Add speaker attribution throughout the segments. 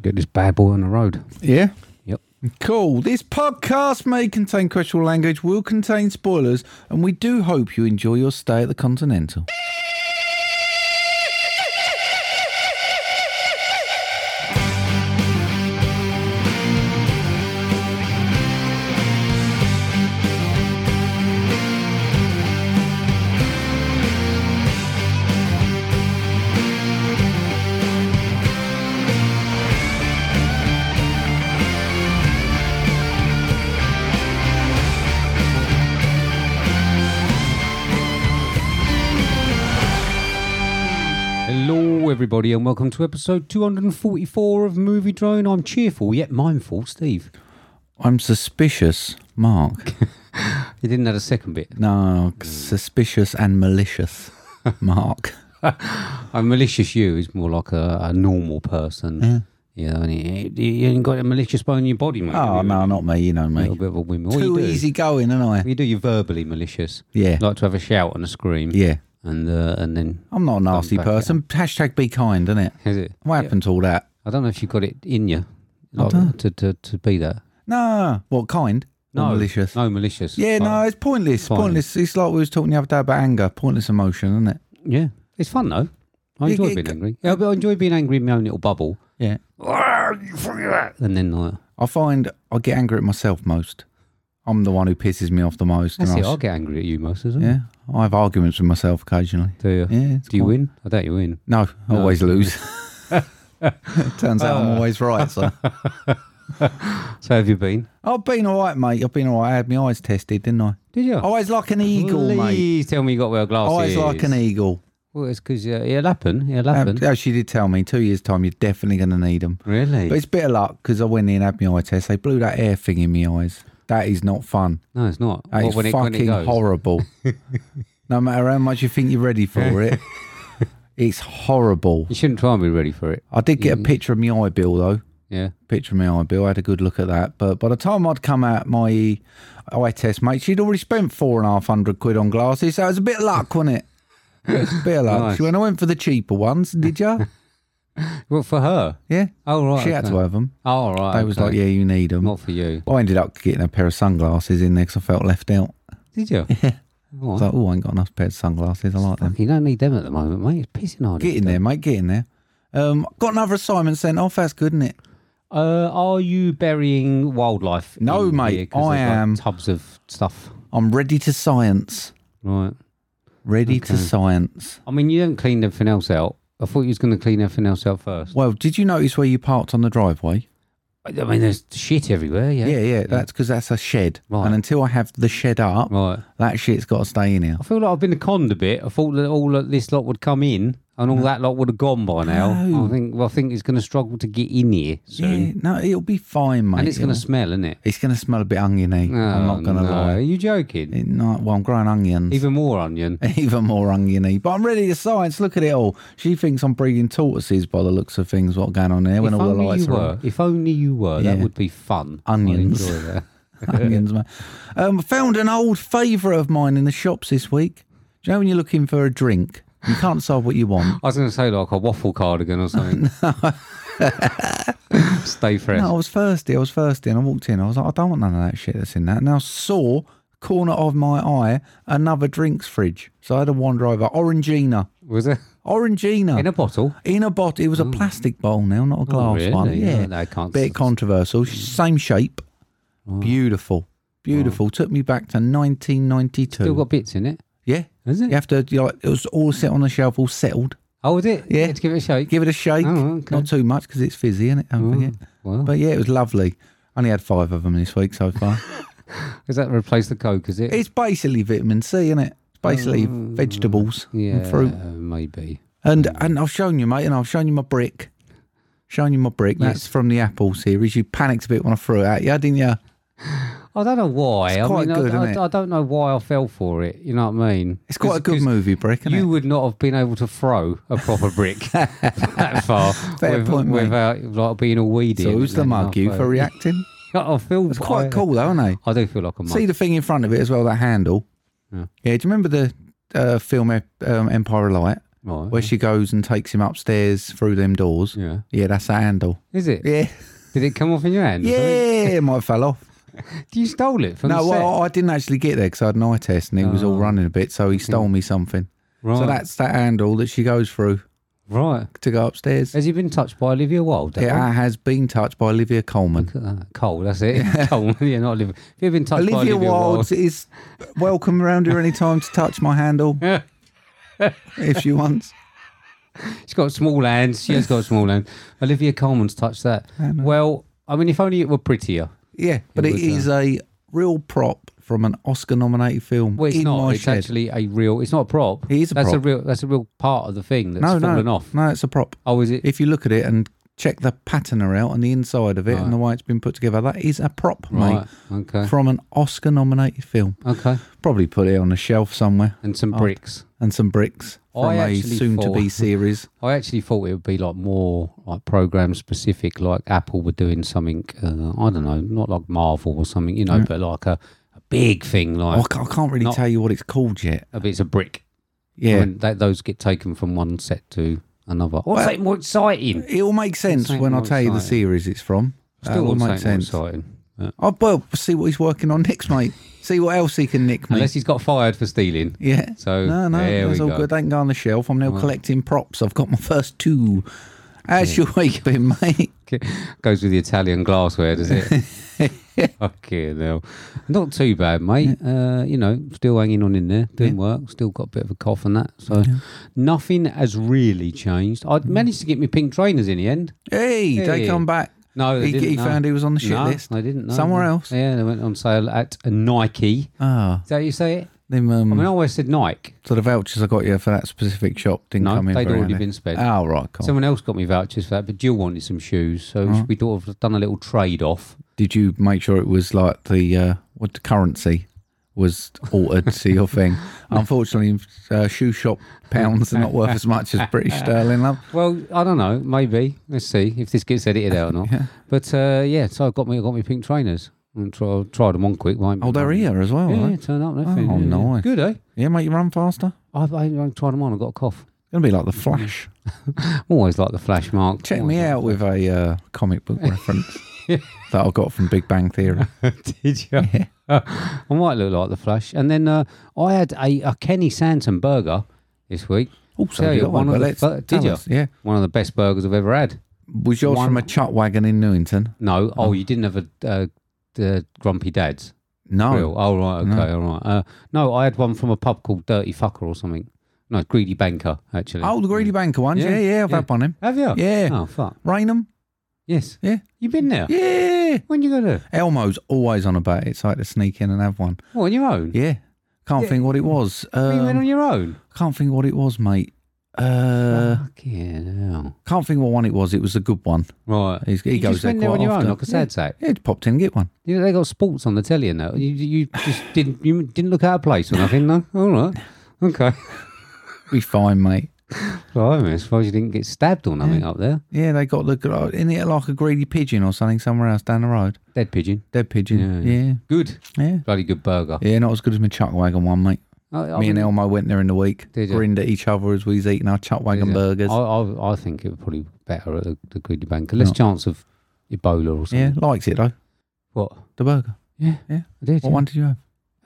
Speaker 1: Get this bad boy on the road.
Speaker 2: Yeah.
Speaker 1: Yep.
Speaker 2: Cool. This podcast may contain questionable language, will contain spoilers, and we do hope you enjoy your stay at the Continental.
Speaker 1: Hello, everybody, and welcome to episode 244 of Movie Drone. I'm cheerful yet mindful, Steve.
Speaker 2: I'm suspicious, Mark.
Speaker 1: You didn't add a second bit.
Speaker 2: No, suspicious and malicious, Mark.
Speaker 1: A malicious you is more like a, a normal person. Yeah. You know, and you, you ain't got a malicious bone in your body, mate.
Speaker 2: Oh,
Speaker 1: You're
Speaker 2: no, not me. You know
Speaker 1: A
Speaker 2: me.
Speaker 1: little bit of a whim. What
Speaker 2: Too
Speaker 1: you do,
Speaker 2: easy going, and I.
Speaker 1: what you do, you're verbally malicious.
Speaker 2: Yeah.
Speaker 1: like to have a shout and a scream.
Speaker 2: Yeah.
Speaker 1: And, uh, and then,
Speaker 2: I'm not a nasty
Speaker 1: back it
Speaker 2: person. Hashtag be kind, isn't it?
Speaker 1: is it?
Speaker 2: What happened to all that?
Speaker 1: I don't know if you've got it in you like, to, to, to be that.
Speaker 2: No. What kind? Or malicious.
Speaker 1: No, malicious.
Speaker 2: Yeah,
Speaker 1: Like-
Speaker 2: no, it's pointless.
Speaker 1: Fine.
Speaker 2: Pointless. It's like we was talking the other day about anger. Pointless emotion, isn't it?
Speaker 1: Yeah, it's fun though. I
Speaker 2: Yeah,
Speaker 1: enjoy
Speaker 2: yeah,
Speaker 1: being
Speaker 2: c-
Speaker 1: angry. Yeah, but I enjoy being angry in my own little bubble.
Speaker 2: Yeah. Ah,
Speaker 1: And then like,
Speaker 2: I find I get angry at myself most. I'm the one who pisses me off the most.
Speaker 1: that's
Speaker 2: and
Speaker 1: it.
Speaker 2: I,
Speaker 1: I'll
Speaker 2: s-
Speaker 1: get angry at you most of the time.
Speaker 2: yeah, I have arguments with myself occasionally.
Speaker 1: Do you?
Speaker 2: Yeah, it's
Speaker 1: Do you
Speaker 2: quite-
Speaker 1: win? I doubt you win.
Speaker 2: No, I always lose. Turns out I'm always right. So
Speaker 1: So have you been?
Speaker 2: I've been all right, mate. I've been all right. I had my eyes tested, didn't I?
Speaker 1: Did you?
Speaker 2: Always like an eagle, mate.
Speaker 1: Oh, Please tell me you got to wear glasses.
Speaker 2: Always like an eagle.
Speaker 1: Well, it's because uh, it'll happen. It'll
Speaker 2: Um,
Speaker 1: happen.
Speaker 2: oh, she did tell me two years time you're definitely going to need them.
Speaker 1: really?
Speaker 2: But it's a bit of luck because I went in and had my eye test. They blew that air thing in my eyes. That is not fun.
Speaker 1: no, it's not.
Speaker 2: That
Speaker 1: Well,
Speaker 2: is
Speaker 1: when it, when
Speaker 2: fucking
Speaker 1: it goes.
Speaker 2: horrible. no matter how much you think you're ready for it, it's horrible.
Speaker 1: You shouldn't try and be ready for it.
Speaker 2: I did get a picture of my eye bill though.
Speaker 1: Yeah.
Speaker 2: Picture of my eye bill. I had a good look at that. But by the time I'd come out my eye test, mate, she'd already spent four and a half hundred quid on glasses. So it was a bit of luck, wasn't it? It was a bit of luck.
Speaker 1: Nice.
Speaker 2: She went, I went for the cheaper ones, did you?
Speaker 1: Well, for her.
Speaker 2: Yeah.
Speaker 1: Oh, right.
Speaker 2: she had
Speaker 1: okay.
Speaker 2: to have them.
Speaker 1: Oh, all right.
Speaker 2: I was
Speaker 1: okay.
Speaker 2: like, yeah, you need them.
Speaker 1: Not for you.
Speaker 2: I ended up getting a pair of sunglasses in there because I felt left out.
Speaker 1: Did you?
Speaker 2: I
Speaker 1: All
Speaker 2: was
Speaker 1: right.
Speaker 2: like, oh, I ain't got enough pair of sunglasses. I like them.
Speaker 1: You don't need them at the moment, mate. It's pissing hard.
Speaker 2: Get in there, mate. Get in there. Um, got another assignment sent off. That's good, isn't it?
Speaker 1: Uh, are you burying wildlife?
Speaker 2: No,
Speaker 1: in
Speaker 2: mate,
Speaker 1: here? 'Cause
Speaker 2: I
Speaker 1: there's, like,
Speaker 2: am.
Speaker 1: tubs of stuff.
Speaker 2: I'm ready to science.
Speaker 1: Right.
Speaker 2: Ready to
Speaker 1: Okay.
Speaker 2: science.
Speaker 1: I mean, you don't clean everything else out. I thought you was going to clean everything else out first.
Speaker 2: Well, did you notice where you parked on the driveway?
Speaker 1: I I mean, there's shit everywhere. Yeah.
Speaker 2: Yeah, yeah. That's because that's a shed.
Speaker 1: Right.
Speaker 2: And until I have the shed up,
Speaker 1: Right.
Speaker 2: that shit's got to stay in here.
Speaker 1: I feel like I've been conned a bit. I thought that all of this lot would come in and all that lot would have gone by now.
Speaker 2: No.
Speaker 1: I think. Well, I think it's going to struggle to get in here soon,
Speaker 2: Yeah, no, it'll be fine, mate.
Speaker 1: and it's going to
Speaker 2: It'll-
Speaker 1: smell, isn't it?
Speaker 2: it's gonna smell a bit oniony. I'm
Speaker 1: Oh,
Speaker 2: not gonna
Speaker 1: no. Are
Speaker 2: lie.
Speaker 1: you joking?
Speaker 2: It- no, well, I'm growing onions.
Speaker 1: Even more onion.
Speaker 2: Even more oniony, but I'm ready to science. Look at it all. She thinks I'm breeding tortoises by the looks of things. What's going on there? when
Speaker 1: if
Speaker 2: all the
Speaker 1: only
Speaker 2: lights
Speaker 1: you
Speaker 2: are on.
Speaker 1: were. If only you were. That
Speaker 2: Yeah.
Speaker 1: would be fun. I'd
Speaker 2: Onions.
Speaker 1: enjoy that.
Speaker 2: onions, man. Um, I found an old favourite of mine in the shops this week. Do you know when you're looking for a drink, you can't decide what you want?
Speaker 1: I was going to say like a waffle cardigan or something. Stay fresh.
Speaker 2: No, I was thirsty. I was thirsty, and I walked in. I was like, I don't want none of that shit that's in that. Now saw corner of my eye another drinks fridge, so I had to wander over. Orangina,
Speaker 1: Was it
Speaker 2: Orangina.
Speaker 1: in a bottle?
Speaker 2: in a bottle, it was a plastic bowl now, not a glass
Speaker 1: really?
Speaker 2: one.
Speaker 1: Yeah,
Speaker 2: Yeah,
Speaker 1: they can't- Hmm. Oh.
Speaker 2: bit controversial. Same shape, beautiful, beautiful. Took me back to 1992.
Speaker 1: Still got bits in it.
Speaker 2: Yeah.
Speaker 1: Is it?
Speaker 2: You have to, you like, it was all set on the shelf, all settled.
Speaker 1: Oh, was it?
Speaker 2: Yeah.
Speaker 1: You had to give it a shake.
Speaker 2: Give it a shake.
Speaker 1: Oh, okay. Oh,
Speaker 2: Not too much because it's fizzy, isn't it? Don't forget.
Speaker 1: Wow.
Speaker 2: But yeah, it was lovely. Only had five of them this week so far.
Speaker 1: Does that replace the coke? Is it?
Speaker 2: it's basically vitamin C, isn't it? It's basically vegetables
Speaker 1: Oh, yeah,
Speaker 2: and fruit.
Speaker 1: maybe.
Speaker 2: And and I've shown you, mate, and I've shown you my brick. Shown you my brick. That's from the Apple series. You panicked a bit when I threw it at you, didn't you?
Speaker 1: I don't know why. I
Speaker 2: quite
Speaker 1: mean, I-
Speaker 2: good,
Speaker 1: I,
Speaker 2: isn't it?
Speaker 1: I don't know why I fell for it. You know what I mean?
Speaker 2: It's quite
Speaker 1: 'Cause-
Speaker 2: a good
Speaker 1: 'cause
Speaker 2: movie, brick, isn't
Speaker 1: You
Speaker 2: it?
Speaker 1: would not have been able to throw a proper brick that far
Speaker 2: Fair
Speaker 1: with-
Speaker 2: point, mate.
Speaker 1: without like being all weedy.
Speaker 2: So
Speaker 1: and
Speaker 2: who's the
Speaker 1: then
Speaker 2: mug you
Speaker 1: halfway.
Speaker 2: for reacting?
Speaker 1: I feel
Speaker 2: It's quite
Speaker 1: I-
Speaker 2: cool, though, isn't it?
Speaker 1: I do feel like a mug.
Speaker 2: See the thing in front of it as well, that handle. Yeah. do you remember the uh, film Ep- um, Empire of Light?
Speaker 1: Right.
Speaker 2: where she goes and takes him upstairs through them doors.
Speaker 1: Yeah.
Speaker 2: Yeah, that's a handle.
Speaker 1: Is it?
Speaker 2: Yeah.
Speaker 1: Did it come off in your hand? or something?
Speaker 2: Yeah, it might have fell off.
Speaker 1: You stole it from
Speaker 2: No,
Speaker 1: the set. Oh.
Speaker 2: well, I didn't actually get there because I had an eye test and it was all running a bit, so he stole me something.
Speaker 1: right.
Speaker 2: So that's that handle that she goes through
Speaker 1: right.
Speaker 2: to go upstairs.
Speaker 1: Has he been touched by Olivia Wilde? that
Speaker 2: It
Speaker 1: one?
Speaker 2: has been touched by Olivia Coleman.
Speaker 1: Look at that. Cole, that's it. Cole, yeah, not Olivia. Have you been touched by
Speaker 2: Olivia
Speaker 1: Olivia Wilde?
Speaker 2: Wilde is welcome around here any time to touch my handle if she wants.
Speaker 1: She's got small hands. She has got small hands. Olivia Coleman's touched that. Well, I mean, if only it were prettier.
Speaker 2: Yeah, but it
Speaker 1: would, uh,
Speaker 2: is a real prop from an Oscar-nominated film
Speaker 1: Well, it's
Speaker 2: in
Speaker 1: not.
Speaker 2: my
Speaker 1: It's
Speaker 2: shed.
Speaker 1: actually a real. It's not a prop.
Speaker 2: It is a
Speaker 1: that's a
Speaker 2: prop.
Speaker 1: real. That's a real part of the thing that's
Speaker 2: no,
Speaker 1: fallen
Speaker 2: no,
Speaker 1: off.
Speaker 2: no, it's a prop.
Speaker 1: Oh, is it?
Speaker 2: If you look at it and check the patterner out and the inside of it and the way it's been put together, that is a prop,
Speaker 1: right.
Speaker 2: mate,
Speaker 1: Okay.
Speaker 2: from an Oscar-nominated film.
Speaker 1: Okay.
Speaker 2: Probably put it on a shelf somewhere
Speaker 1: And some bricks.
Speaker 2: and some bricks
Speaker 1: I
Speaker 2: from a
Speaker 1: actually
Speaker 2: soon-to-be
Speaker 1: thought-
Speaker 2: series.
Speaker 1: I actually thought it would be like more like program specific, like Apple were doing something. Uh, I don't know, not like Marvel or something, you know, but like a, a big thing,
Speaker 2: I
Speaker 1: like
Speaker 2: ca- I can't really
Speaker 1: Not-
Speaker 2: tell you what it's called yet.
Speaker 1: a bit- it's a brick.
Speaker 2: Yeah.
Speaker 1: and that, those get taken from one set to another. What's that more exciting?
Speaker 2: It will make sense
Speaker 1: Something
Speaker 2: when I
Speaker 1: more
Speaker 2: tell you the
Speaker 1: exciting.
Speaker 2: series it's from. That
Speaker 1: Still
Speaker 2: will
Speaker 1: wouldn't
Speaker 2: make
Speaker 1: say it was
Speaker 2: sense.
Speaker 1: exciting. Yeah.
Speaker 2: Oh, well, see what he's working on next, mate. see what else he can nick, mate.
Speaker 1: Unless he's got fired for stealing.
Speaker 2: yeah.
Speaker 1: So,
Speaker 2: no, no,
Speaker 1: there
Speaker 2: that's
Speaker 1: we
Speaker 2: all
Speaker 1: go.
Speaker 2: good. They can go on the shelf. I'm now collecting props. I've got my first two. How's
Speaker 1: Hmm.
Speaker 2: your week been, mate?
Speaker 1: Goes with the Italian glassware, does it? okay, now not too bad, mate. Uh, you know, still hanging on in there, doing work. Still got a bit of a cough and that, so nothing has really changed.
Speaker 2: Mm.
Speaker 1: I managed to get my pink trainers in the end.
Speaker 2: Hey, they
Speaker 1: Hey.
Speaker 2: come back.
Speaker 1: No, they
Speaker 2: He-
Speaker 1: didn't,
Speaker 2: he
Speaker 1: no.
Speaker 2: found he was on the shit
Speaker 1: No,
Speaker 2: list.
Speaker 1: I didn't. no,
Speaker 2: Somewhere
Speaker 1: no.
Speaker 2: else.
Speaker 1: Yeah, they went on sale at Nike.
Speaker 2: Ah,
Speaker 1: Is that how you say it?
Speaker 2: them um,
Speaker 1: I mean, I always said Nike.
Speaker 2: sort of vouchers I got you for that specific shop didn't
Speaker 1: No,
Speaker 2: come in.
Speaker 1: they'd
Speaker 2: very
Speaker 1: already
Speaker 2: handy.
Speaker 1: been spent.
Speaker 2: Oh right, cool.
Speaker 1: Someone else got me vouchers for that, but Jill wanted some shoes, so we sort of done a little trade off.
Speaker 2: Did you make sure it was like the uh, what the currency was altered to your thing? Unfortunately, uh, shoe shop pounds are not worth as much as British sterling. Love.
Speaker 1: Well, I don't know. Maybe let's see if this gets edited out or not. But uh, yeah, so I got me I got me pink trainers and try, tried them on quick. Won't
Speaker 2: Oh, they're here as well.
Speaker 1: Yeah,
Speaker 2: Yeah,
Speaker 1: yeah, turn up. Nothing.
Speaker 2: Oh,
Speaker 1: yeah, yeah.
Speaker 2: nice.
Speaker 1: Good, eh?
Speaker 2: yeah mate, you run faster.
Speaker 1: I, I, I tried them on. I got a cough.
Speaker 2: Gonna be like the Flash.
Speaker 1: I'm always like the flash mark.
Speaker 2: Check
Speaker 1: Always
Speaker 2: me
Speaker 1: like-
Speaker 2: out with a uh, comic book reference that I got from Big Bang Theory.
Speaker 1: Did you? I might look like the flash. And then uh, I had a, a Kenny Santon burger this week.
Speaker 2: Also,
Speaker 1: Tell
Speaker 2: have
Speaker 1: you,
Speaker 2: Oh, you got
Speaker 1: one
Speaker 2: one,
Speaker 1: of
Speaker 2: but
Speaker 1: the
Speaker 2: let's
Speaker 1: fir- did
Speaker 2: tell
Speaker 1: you?
Speaker 2: us. Yeah,
Speaker 1: One of the best burgers I've ever had.
Speaker 2: was yours
Speaker 1: One-
Speaker 2: from a chuck wagon in Newington?
Speaker 1: No, oh, you didn't have a uh, the grumpy dad's.
Speaker 2: No,
Speaker 1: Real. Oh right, okay, all right. Uh, no, I had one from a pub called Dirty Fucker or something. No, Greedy Banker actually.
Speaker 2: oh, the Greedy Banker ones.
Speaker 1: Yeah,
Speaker 2: Yeah, yeah, I've
Speaker 1: yeah.
Speaker 2: had one of
Speaker 1: have
Speaker 2: them.
Speaker 1: you?
Speaker 2: Yeah,
Speaker 1: Oh fuck.
Speaker 2: Rainham.
Speaker 1: Yes.
Speaker 2: Yeah.
Speaker 1: You been there?
Speaker 2: Yeah.
Speaker 1: When you go there?
Speaker 2: Elmo's always on about it, so I had to sneak in and have one.
Speaker 1: What on your own?
Speaker 2: Yeah. Can't think what it was.
Speaker 1: Well, you went
Speaker 2: Um,
Speaker 1: on your own.
Speaker 2: can't think what it was, mate. Uh,
Speaker 1: Fucking hell.
Speaker 2: can't think what one it was. It was a good one.
Speaker 1: Right.
Speaker 2: He's, he
Speaker 1: you
Speaker 2: goes
Speaker 1: just
Speaker 2: there
Speaker 1: went there
Speaker 2: quite
Speaker 1: on your
Speaker 2: often.
Speaker 1: own like a sad sack.
Speaker 2: Yeah, just popped in and get one.
Speaker 1: You know, they got sports on the telly and that. You, you just didn't you didn't look out of place or nothing. No. All right. Okay.
Speaker 2: Be fine, mate.
Speaker 1: Well, I mean, I suppose you didn't get stabbed or nothing up there.
Speaker 2: Yeah, they got the gr- in it like a greedy pigeon or something somewhere else down the road.
Speaker 1: Dead pigeon.
Speaker 2: Dead pigeon.
Speaker 1: Yeah,
Speaker 2: Yeah,
Speaker 1: Good.
Speaker 2: yeah, yeah.
Speaker 1: Bloody good burger.
Speaker 2: not as good as my chuck wagon one, mate.
Speaker 1: I- I
Speaker 2: Me
Speaker 1: mean-
Speaker 2: and Elmo went there in the week,
Speaker 1: Did you?
Speaker 2: grinned at each other as we was eating our chuck wagon
Speaker 1: Yeah.
Speaker 2: burgers.
Speaker 1: I, I, I think it would probably be better at the, the Greedy Banker. Less chance of Ebola or something.
Speaker 2: Yeah, likes it though.
Speaker 1: What?
Speaker 2: The burger.
Speaker 1: Yeah.
Speaker 2: Yeah.
Speaker 1: I did.
Speaker 2: What
Speaker 1: yeah.
Speaker 2: one did you have?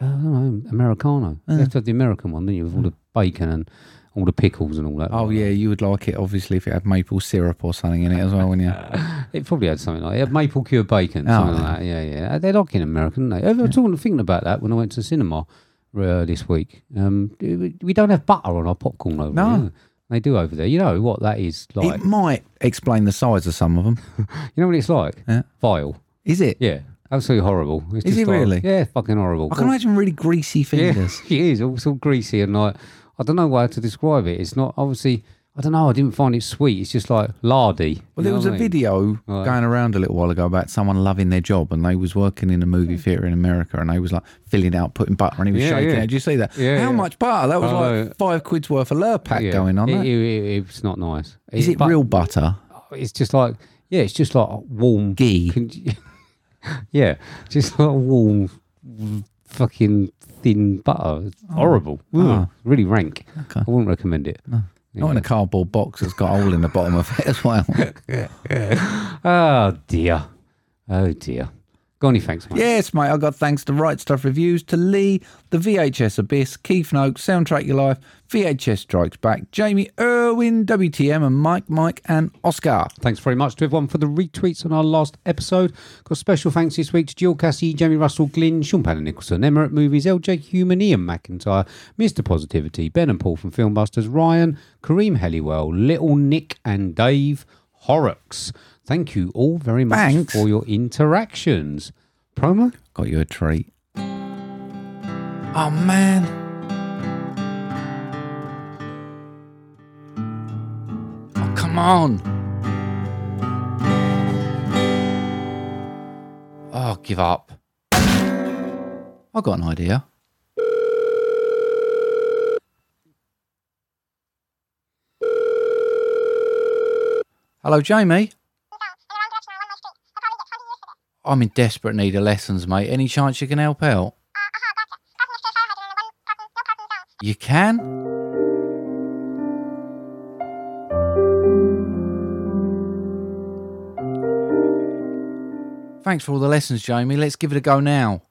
Speaker 1: Uh, I don't know, Americano. You
Speaker 2: Yeah.
Speaker 1: have to have the American one, didn't you? With all the bacon and all the pickles and all that.
Speaker 2: Oh yeah, you would like it obviously if it had maple syrup or something in it as well, wouldn't you?
Speaker 1: It probably had something like it. had Maple cured bacon,
Speaker 2: Oh.
Speaker 1: something like that. Yeah, yeah. They're like in American, aren't they? I was talking, thinking about that when I went to the cinema uh, this week. Um, we we don't have butter on our popcorn over
Speaker 2: No.
Speaker 1: here. do They They do over there. You know what that is like.
Speaker 2: It might explain the size of some of them.
Speaker 1: you know what it's like?
Speaker 2: Yeah.
Speaker 1: Vile.
Speaker 2: Is it?
Speaker 1: Yeah, absolutely horrible. It's
Speaker 2: Is
Speaker 1: just
Speaker 2: it
Speaker 1: like-
Speaker 2: really?
Speaker 1: Yeah, fucking horrible.
Speaker 2: I can imagine really greasy
Speaker 1: yeah,
Speaker 2: fingers.
Speaker 1: it is. All so greasy and like I don't know how to describe it. It's not obviously. I don't know. I didn't find it sweet. It's just like lardy.
Speaker 2: Well, there was a video
Speaker 1: Right.
Speaker 2: going around a little while ago about someone loving their job, and they was working in a movie theater in America, and they was like filling out, putting butter, and he was
Speaker 1: Hmm. Yeah,
Speaker 2: shaking
Speaker 1: yeah.
Speaker 2: it. Did you see that?
Speaker 1: Yeah,
Speaker 2: How
Speaker 1: yeah.
Speaker 2: much butter? That was
Speaker 1: Oh, yeah.
Speaker 2: like five quid's worth of Lurpak going on.
Speaker 1: It,
Speaker 2: there.
Speaker 1: it,
Speaker 2: Is
Speaker 1: it- it's not nice.
Speaker 2: it
Speaker 1: but
Speaker 2: real butter?
Speaker 1: It's just like yeah. It's just like warm
Speaker 2: Ghee.
Speaker 1: con- yeah, just like warm,
Speaker 2: Oh.
Speaker 1: Mm. fucking thin butter. It's horrible. Ugh, Really rank. I wouldn't recommend it.
Speaker 2: Ah. Not in a cardboard box that's got a hole in the bottom of it as well.
Speaker 1: Oh dear. Oh dear. Got any thanks, mate?
Speaker 2: Yes, mate, I got thanks to Right Stuff Reviews, to Lee, the VHS Abyss, Keith Noakes, Soundtrack Your Life, VHS Strikes Back, Jamie Irwin, WTM, and Mike, Mike, and Oscar.
Speaker 1: Thanks very much to everyone for the retweets on our last episode. Got special thanks this week to Jill Cassie, Jamie Russell, Glynn, Sean Panner Nicholson, Emirate Movies, LJ Human, Ian McIntyre, Mr. Positivity, Ben and Paul from Filmbusters, Ryan, Kareem Helliwell, Little Nick, and Dave Horrocks. Thank you all very much
Speaker 2: Thanks.
Speaker 1: for your interactions. Promo?
Speaker 2: Got you a treat. Oh, man. Oh, come on. Oh, give up. I got an idea. Hello, Jamie. I'm in desperate need of lessons, mate. Any chance you can help out? You can? Thanks for all the lessons, Jamie. Let's give it a go now.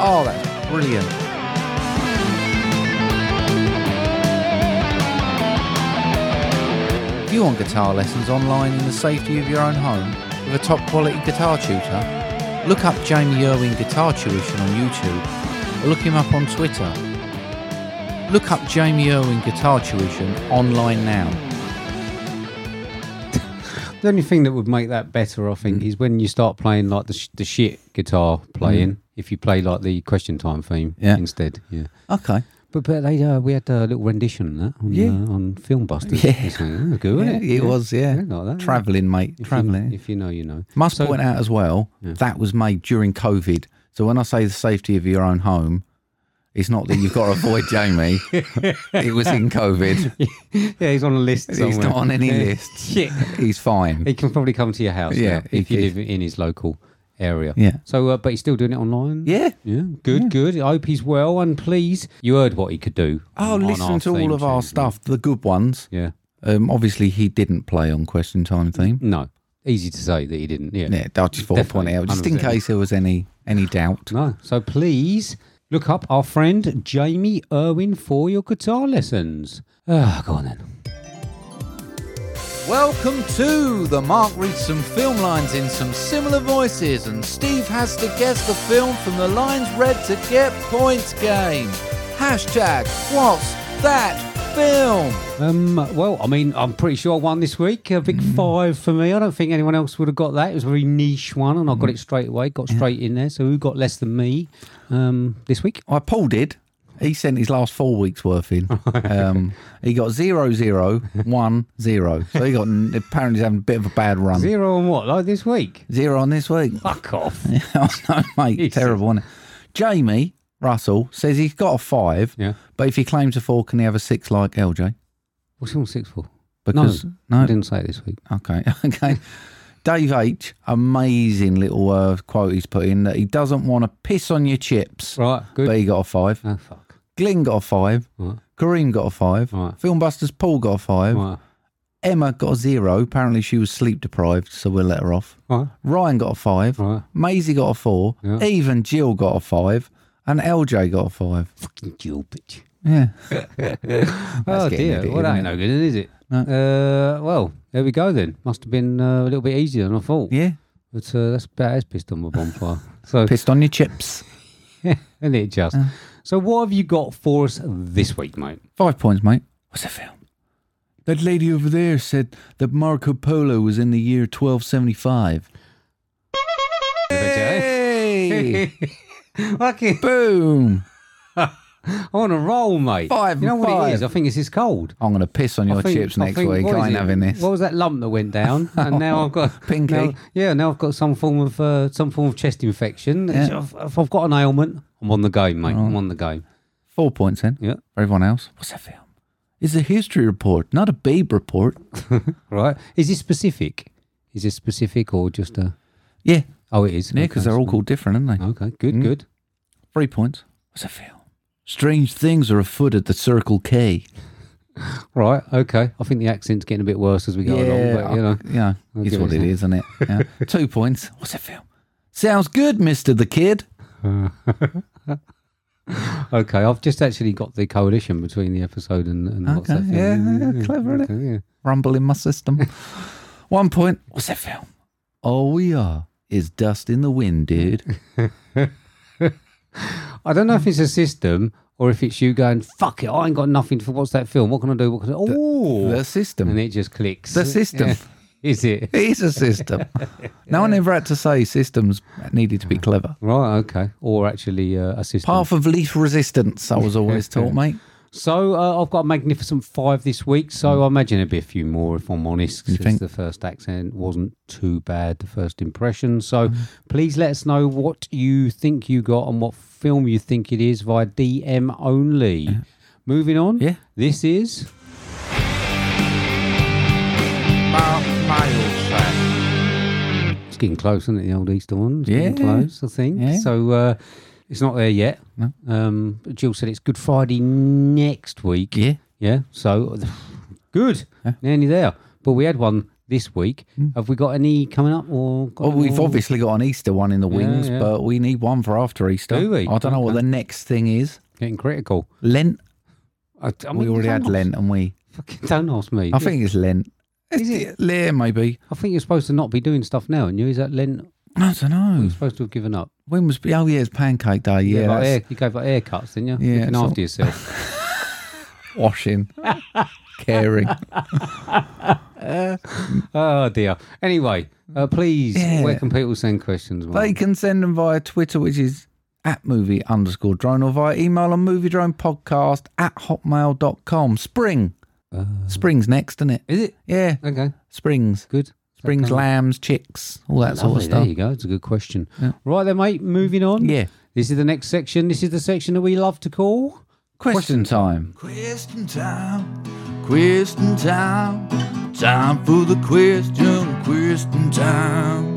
Speaker 2: Oh, that's brilliant. If you want guitar lessons online in the safety of your own home with a top quality guitar tutor, look up Jamie Irwin Guitar Tuition on YouTube or look him up on Twitter. Look up Jamie Irwin Guitar Tuition online now.
Speaker 1: The only thing that would make that better, I
Speaker 2: Mm.
Speaker 1: think, is when you start playing like the, sh- the shit guitar playing, if you play like the question time theme
Speaker 2: Yeah.
Speaker 1: instead. Yeah.
Speaker 2: Okay.
Speaker 1: But but they uh, we had a little rendition of that on
Speaker 2: Yeah.
Speaker 1: uh, on Filmbusters.
Speaker 2: Yeah.
Speaker 1: It's, uh, that was good, wasn't it?
Speaker 2: it was, yeah.
Speaker 1: Yeah, like that.
Speaker 2: Travelling, mate.
Speaker 1: If you-
Speaker 2: Travelling.
Speaker 1: If you know, you know.
Speaker 2: Must
Speaker 1: So-
Speaker 2: point out as well that was made during COVID. So when I say the safety of your own home, it's not that you've got to avoid Jamie. it was in COVID.
Speaker 1: yeah, he's on a list. Somewhere.
Speaker 2: He's not on any
Speaker 1: Yeah.
Speaker 2: lists.
Speaker 1: Shit.
Speaker 2: He's fine.
Speaker 1: He can probably come to your house.
Speaker 2: Yeah,
Speaker 1: Yeah,
Speaker 2: he
Speaker 1: if you
Speaker 2: can.
Speaker 1: live in his local area.
Speaker 2: Yeah.
Speaker 1: So, uh, but he's still doing it online.
Speaker 2: Yeah.
Speaker 1: Yeah, good, good. I hope he's well and pleased. You heard what he could do.
Speaker 2: Oh,
Speaker 1: on- on
Speaker 2: listen
Speaker 1: our
Speaker 2: to all
Speaker 1: theme
Speaker 2: of our
Speaker 1: tune.
Speaker 2: stuff, the good ones.
Speaker 1: Yeah.
Speaker 2: Um, obviously, he didn't play on Question Time theme.
Speaker 1: No, easy to say that he didn't. Yeah.
Speaker 2: Yeah, I just thought I'd point
Speaker 1: Definitely,
Speaker 2: it out, just in
Speaker 1: 100%.
Speaker 2: case there was any any doubt.
Speaker 1: No. So please look up our friend Jamie Irwin for your guitar lessons. Ah, go on then.
Speaker 2: Welcome to the Mark reads some film lines in some similar voices, and Steve has to guess the film from the lines read to get points game. Hashtag what's that film?
Speaker 1: Um, well, I mean, I'm pretty sure I won this week. A
Speaker 2: Mm.
Speaker 1: big five for me. I don't think anyone else would have got that. It was a very niche one, and I
Speaker 2: Mm.
Speaker 1: got it straight away. Got straight in there. So who got less than me um, this week?
Speaker 2: I Paul did. He sent his last four weeks worth in. Um, he got zero zero one zero. So he got apparently he's having a bit of a bad run. Zero,
Speaker 1: Zero on what? Like this week?
Speaker 2: on this week.
Speaker 1: Fuck off.
Speaker 2: oh no, mate,
Speaker 1: Jesus.
Speaker 2: terrible. is Jamie Russell says he's got a five,
Speaker 1: Yeah.
Speaker 2: but if he claims a four, can he have a six like LJ?
Speaker 1: What's he on six for?
Speaker 2: Because
Speaker 1: I
Speaker 2: no,
Speaker 1: didn't say it this week.
Speaker 2: Okay, okay. Dave H, amazing little uh, quote he's put in that he doesn't want to piss on your chips,
Speaker 1: Right. Good.
Speaker 2: but he got a five.
Speaker 1: Oh fuck.
Speaker 2: Glenn got a five.
Speaker 1: Right.
Speaker 2: Kareem got a five.
Speaker 1: Right.
Speaker 2: Filmbusters Paul got a five.
Speaker 1: Right.
Speaker 2: Emma got a zero. Apparently she was sleep deprived, so we'll let her off.
Speaker 1: Right.
Speaker 2: Ryan got a five.
Speaker 1: Right.
Speaker 2: Maisie got a four.
Speaker 1: Yeah.
Speaker 2: Even Jill got a five. And LJ got a five.
Speaker 1: Fucking Jill, bitch.
Speaker 2: Yeah.
Speaker 1: Oh
Speaker 2: getting
Speaker 1: dear,
Speaker 2: a bit,
Speaker 1: well that ain't
Speaker 2: isn't
Speaker 1: no good, is it? Uh, well, there we go then. Must have been uh, a little bit easier than I thought.
Speaker 2: Yeah.
Speaker 1: But uh, that's about as pissed on my bonfire. so,
Speaker 2: Pissed Uh. on your chips.
Speaker 1: isn't it just? So, what have you got for us this week, mate?
Speaker 2: Five points, mate. What's the film? That lady over there said that Marco Polo was in the year 1275.
Speaker 1: eh?
Speaker 2: Hey!
Speaker 1: Lucky,
Speaker 2: Boom!
Speaker 1: on a roll, mate.
Speaker 2: Five
Speaker 1: You know
Speaker 2: and
Speaker 1: what it
Speaker 2: five.
Speaker 1: is? I think it's this cold.
Speaker 2: I'm going to piss on
Speaker 1: I
Speaker 2: your
Speaker 1: think-
Speaker 2: chips
Speaker 1: I
Speaker 2: next
Speaker 1: think-
Speaker 2: week.
Speaker 1: what is
Speaker 2: I ain't
Speaker 1: it?
Speaker 2: having this.
Speaker 1: What was that lump that went down? and now I've got
Speaker 2: Pinky.
Speaker 1: now- yeah, now I've got some form of uh, some form of chest infection. If, if I've got an ailment, I'm on the game, mate. I'm on the game.
Speaker 2: Four points then
Speaker 1: Yeah.
Speaker 2: for everyone else. What's that film? It's a history report, not a babe report.
Speaker 1: Right. Is this specific? Is this specific or just a?
Speaker 2: Yeah,
Speaker 1: Oh, it is.
Speaker 2: yeah, because
Speaker 1: Okay,
Speaker 2: they're all called different, aren't they?
Speaker 1: so- Okay. Good. Good.
Speaker 2: Three points. What's that film? Strange things are afoot at the Circle K.
Speaker 1: Right. Okay. I think the accent's getting a bit worse as we go along. But, you
Speaker 2: I-
Speaker 1: know,
Speaker 2: yeah,
Speaker 1: I'll
Speaker 2: it's
Speaker 1: give
Speaker 2: what
Speaker 1: it
Speaker 2: it
Speaker 1: some.
Speaker 2: is, isn't it? Yeah. Two points. What's it feel? Sounds good, Mister the Kid.
Speaker 1: okay. I've just actually got the coalition between the episode and, and what's
Speaker 2: Okay,
Speaker 1: that thing.
Speaker 2: yeah, yeah, clever, innit?
Speaker 1: Okay, yeah.
Speaker 2: Rumble in my system. One point. What's that feel? All we are is dust in the wind, dude.
Speaker 1: I don't know if it's a system or if it's you going, fuck it, I ain't got nothing for what's that film? What can I do? What can I do? Oh,
Speaker 2: The
Speaker 1: and
Speaker 2: system.
Speaker 1: it just clicks.
Speaker 2: The system.
Speaker 1: Yeah. Is it?
Speaker 2: It is a system. No one ever had to say systems needed to be clever.
Speaker 1: Right. Okay. Or actually uh, a system.
Speaker 2: Path of least resistance, I was always taught, mate.
Speaker 1: So uh, I've got a magnificent five this week. So I imagine there'll be a few more if I'm honest. Since
Speaker 2: Hmm. think?
Speaker 1: the first accent wasn't too bad, the first impression.
Speaker 2: Hmm.
Speaker 1: So please let us know what you think you got and what film you think it is via DM only. Moving on.
Speaker 2: Yeah.
Speaker 1: This is
Speaker 3: Mark Milestone.
Speaker 1: it's getting close, isn't it? The old Easter one. It's getting
Speaker 2: Yeah.
Speaker 1: close, I think.
Speaker 2: Yeah.
Speaker 1: So uh, it's not there yet.
Speaker 2: No.
Speaker 1: Um, but Jill said it's Good Friday next week.
Speaker 2: Yeah.
Speaker 1: Yeah. So good. Nearly there. But we had one this week. Have we got any coming up or? Got
Speaker 2: Well,
Speaker 1: any
Speaker 2: Hmm. Oh, we've
Speaker 1: more?
Speaker 2: obviously got an Easter one in the wings,
Speaker 1: yeah.
Speaker 2: but we need one for after Easter.
Speaker 1: Do we?
Speaker 2: I don't know what
Speaker 1: Okay.
Speaker 2: the next thing is.
Speaker 1: getting critical.
Speaker 2: Lent.
Speaker 1: I, I
Speaker 2: we
Speaker 1: mean,
Speaker 2: already had
Speaker 1: don't
Speaker 2: Lent, and
Speaker 1: ask-
Speaker 2: we.
Speaker 1: Fucking don't ask me.
Speaker 2: I think it's Lent.
Speaker 1: Is
Speaker 2: it? Yeah, maybe.
Speaker 1: I think you're supposed to not be doing stuff now, and you is that Lent
Speaker 2: I don't know.
Speaker 1: supposed to have given up?
Speaker 2: When was? Oh yeah, it's Pancake Day.
Speaker 1: You
Speaker 2: Yeah,
Speaker 1: gave out
Speaker 2: that's
Speaker 1: air- you gave like haircuts, didn't you?
Speaker 2: Yeah,
Speaker 1: Looking
Speaker 2: so-
Speaker 1: after yourself.
Speaker 2: washing, caring.
Speaker 1: oh dear. Anyway, uh, please,
Speaker 2: Yeah.
Speaker 1: where can people send questions? Mark?
Speaker 2: They can send them via Twitter, which is at movie underscore drone, or via email on movie drone podcast at hotmail.com. Spring. Spring's next, isn't it?
Speaker 1: Uh, Is it
Speaker 2: Yeah.
Speaker 1: okay?
Speaker 2: Springs.
Speaker 1: Good.
Speaker 2: Springs, lambs, chicks, all that sort of
Speaker 1: Lovely, there
Speaker 2: stuff.
Speaker 1: you go. It's a good question. Right then, mate. Moving on.
Speaker 2: Yeah.
Speaker 1: This is the next section. This is the section that we love to call.
Speaker 2: Question time. Question time. Question time. Time for the question. Question time.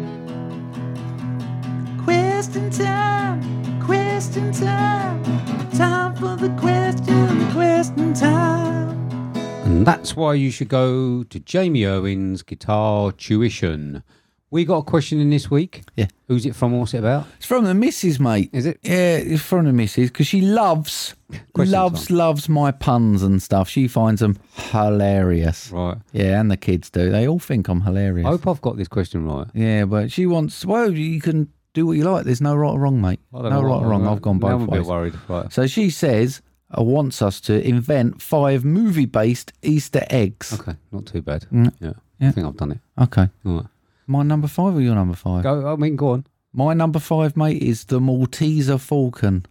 Speaker 2: Question time. Question time. Time for the question. Question time.
Speaker 1: And that's why you should go to Jamie Irwin's Guitar Tuition. We got a question in this week.
Speaker 2: Yeah.
Speaker 1: Who's it from? What's it about?
Speaker 2: It's from the missus, mate.
Speaker 1: Is it?
Speaker 2: Yeah, it's from the missus because she loves,
Speaker 1: Question
Speaker 2: loves, loves my puns and stuff. She finds them hilarious.
Speaker 1: Right.
Speaker 2: Yeah, and the kids do. They all think I'm hilarious.
Speaker 1: I hope I've got this question right.
Speaker 2: Yeah, but she wants. Well, you can do what you like. There's no right or wrong, mate.
Speaker 1: I
Speaker 2: No
Speaker 1: don't know
Speaker 2: right
Speaker 1: what-
Speaker 2: or wrong. I've gone
Speaker 1: now
Speaker 2: both
Speaker 1: I'm a bit
Speaker 2: ways.
Speaker 1: worried. Right.
Speaker 2: So she says, uh, wants us to invent five movie-based Easter eggs.
Speaker 1: Okay. Not too bad.
Speaker 2: Mm.
Speaker 1: Yeah. I
Speaker 2: Yeah.
Speaker 1: think I've done it.
Speaker 2: Okay.
Speaker 1: All right.
Speaker 2: My number five or your number five?
Speaker 1: Go. I mean, go on.
Speaker 2: My number five, mate, is the Malteser Falcon.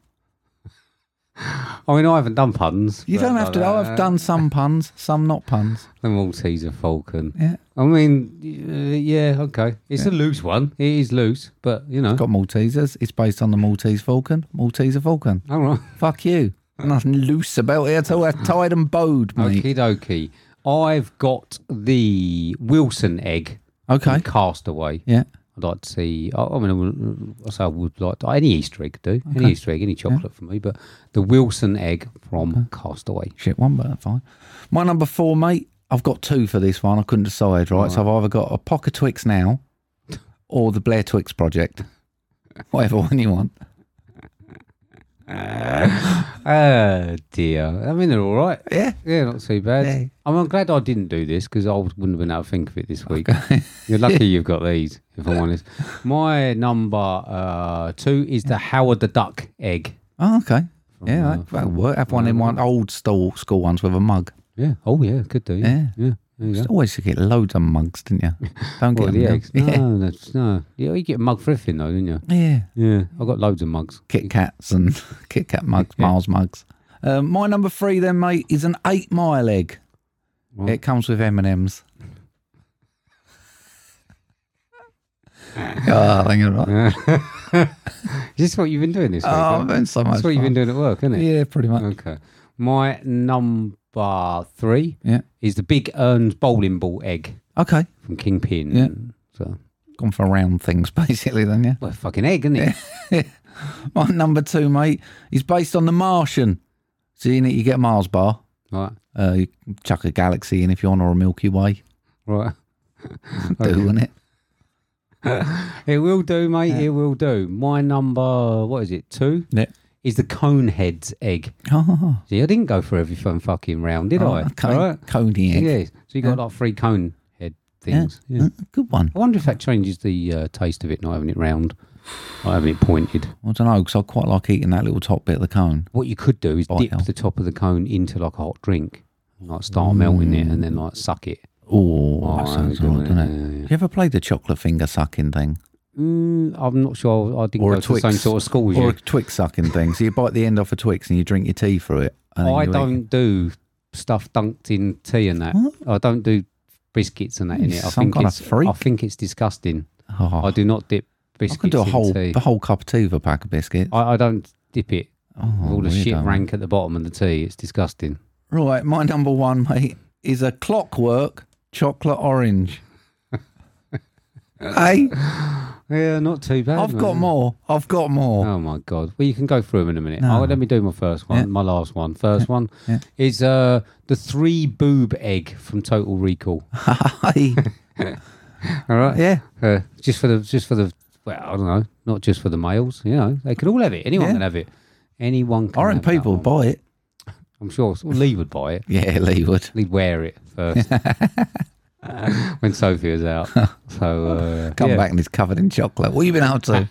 Speaker 1: I mean, I haven't done puns.
Speaker 2: You
Speaker 1: but
Speaker 2: don't have
Speaker 1: like
Speaker 2: to.
Speaker 1: that.
Speaker 2: I've done some puns, some not puns.
Speaker 1: The Malteser Falcon.
Speaker 2: Yeah.
Speaker 1: I mean, y- uh, yeah, okay. It's a loose one. It is loose, but you know.
Speaker 2: Got Maltesers. It's based on the Maltese Falcon. Malteser Falcon.
Speaker 1: All right.
Speaker 2: Fuck you. Nothing loose about it at all. That's tied and bowed, mate.
Speaker 1: Okie dokie. I've got the Wilson egg.
Speaker 2: Okay.
Speaker 1: from Castaway.
Speaker 2: Yeah.
Speaker 1: I'd like to see. I, I mean, I would- I say I would like to, any Easter egg could do any Easter egg, any chocolate for me, but the Wilson egg from Castaway.
Speaker 2: Shit, one, but that's fine. My number four, mate. I've got two for this one. I couldn't decide, right? So I've either got a Pocket Twix now or the Blair Twix Project. Whatever one you want.
Speaker 1: Oh dear. I mean, they're all right.
Speaker 2: Yeah.
Speaker 1: Yeah, not too bad.
Speaker 2: Yeah.
Speaker 1: I mean, I'm glad I didn't do this because I wouldn't have been able to think of it this week. You're lucky you've got these, if I'm honest. My number uh, two is the Howard the Duck egg.
Speaker 2: Oh, okay. Yeah, that, that'll work. Have one in one
Speaker 1: uh,
Speaker 2: old school, school ones with a mug.
Speaker 1: Yeah. Oh, yeah. Could do.
Speaker 2: Yeah.
Speaker 1: Yeah. There you go.
Speaker 2: Used to always get loads of mugs, didn't you? Don't get
Speaker 1: What,
Speaker 2: them
Speaker 1: the
Speaker 2: now.
Speaker 1: eggs? Ah. No, that's, no. Yeah, you get a mug for everything, though, didn't you?
Speaker 2: Yeah. yeah.
Speaker 1: Yeah, I've got loads of mugs.
Speaker 2: Kit Kats and Kit Kat mugs, Miles mugs. Um, my number three, then, mate, is an eight mile egg.
Speaker 1: Right.
Speaker 2: It comes with M and M's. God, Ah, I think you're right.
Speaker 1: Is this what you've been doing this week?
Speaker 2: Oh,
Speaker 1: huh?
Speaker 2: I've been so
Speaker 1: That's
Speaker 2: much.
Speaker 1: what you've been doing at work, isn't it?
Speaker 2: Yeah, pretty much.
Speaker 1: Okay. My number three
Speaker 2: Yeah.
Speaker 1: is the Big Urns bowling ball egg
Speaker 2: Okay.
Speaker 1: from Kingpin.
Speaker 2: Yeah.
Speaker 1: So,
Speaker 2: Gone for round things, basically, then, yeah.
Speaker 1: well, fucking egg, isn't it?
Speaker 2: My number two, mate, is based on The Martian. So in it, you get a Mars bar.
Speaker 1: Right.
Speaker 2: Uh, you chuck a galaxy in if you want, or a Milky Way.
Speaker 1: Right.
Speaker 2: Do,
Speaker 1: Okay.
Speaker 2: wouldn't it?
Speaker 1: It will do, mate.
Speaker 2: Yeah.
Speaker 1: It will do. My number, what is it, two?
Speaker 2: Yeah.
Speaker 1: Is the Coneheads egg.
Speaker 2: Oh,
Speaker 1: See, I didn't go for every fun fucking round, did
Speaker 2: oh,
Speaker 1: I?
Speaker 2: okay.
Speaker 1: All right.
Speaker 2: Cognac.
Speaker 1: Yeah. So you got
Speaker 2: Yeah.
Speaker 1: like three cone head
Speaker 2: Yeah.
Speaker 1: things. Yeah.
Speaker 2: Uh, Good one.
Speaker 1: I wonder if that changes the uh, taste of it, not having it round, not having it pointed.
Speaker 2: I don't know, because I quite like eating that little top bit of the cone.
Speaker 1: What you could do is
Speaker 2: Bite
Speaker 1: dip
Speaker 2: out.
Speaker 1: the top of the cone into like a hot drink, like start melting it, and then like suck it.
Speaker 2: Oh, that
Speaker 1: Oh,
Speaker 2: sounds
Speaker 1: good,
Speaker 2: right, doesn't it?
Speaker 1: yeah, yeah, yeah.
Speaker 2: You ever played the chocolate finger sucking thing?
Speaker 1: Mm, I'm not sure. I didn't
Speaker 2: Or
Speaker 1: go
Speaker 2: a
Speaker 1: to the same
Speaker 2: Twix.
Speaker 1: sort of school as
Speaker 2: Or
Speaker 1: you.
Speaker 2: a twig sucking thing. So you bite the end off a Twix and you drink your tea through it. and then
Speaker 1: I
Speaker 2: you eat
Speaker 1: don't do stuff dunked in tea and that.
Speaker 2: What?
Speaker 1: I don't do biscuits and that in
Speaker 2: You're
Speaker 1: it. I
Speaker 2: some
Speaker 1: think
Speaker 2: kind of
Speaker 1: it's I
Speaker 2: freak.
Speaker 1: think it's disgusting.
Speaker 2: it. Oh,
Speaker 1: I do not dip
Speaker 2: I
Speaker 1: biscuits
Speaker 2: can do a
Speaker 1: in
Speaker 2: whole
Speaker 1: tea.
Speaker 2: a whole cup of tea with a pack of biscuits.
Speaker 1: I, I don't dip it.
Speaker 2: Oh,
Speaker 1: with all the shit
Speaker 2: weirdo.
Speaker 1: rank at the bottom of the tea. It's disgusting.
Speaker 2: Right, my number one, mate, is a clockwork chocolate orange. hey,
Speaker 1: Yeah, not too bad.
Speaker 2: I've got
Speaker 1: man.
Speaker 2: more. I've got more.
Speaker 1: Oh my god! Well, you can go through them in a minute.
Speaker 2: No.
Speaker 1: Oh, let me do my first one.
Speaker 2: Yeah.
Speaker 1: My last one. First one
Speaker 2: Yeah.
Speaker 1: is uh, the three boob egg from Total Recall. Oh.
Speaker 2: Hey,
Speaker 1: All right.
Speaker 2: yeah.
Speaker 1: Uh, just for the just for the well, I don't know, not just for the males. You know, they could all have it. Anyone
Speaker 2: Yeah.
Speaker 1: can have it. Anyone can.
Speaker 2: I reckon
Speaker 1: have that
Speaker 2: people
Speaker 1: one.
Speaker 2: buy it.
Speaker 1: I'm sure well, Lee would buy it.
Speaker 2: Yeah, Lee would.
Speaker 1: He'd wear it first when Sophie was out. So uh,
Speaker 2: Come
Speaker 1: yeah.
Speaker 2: back and he's covered in chocolate. What you been up to?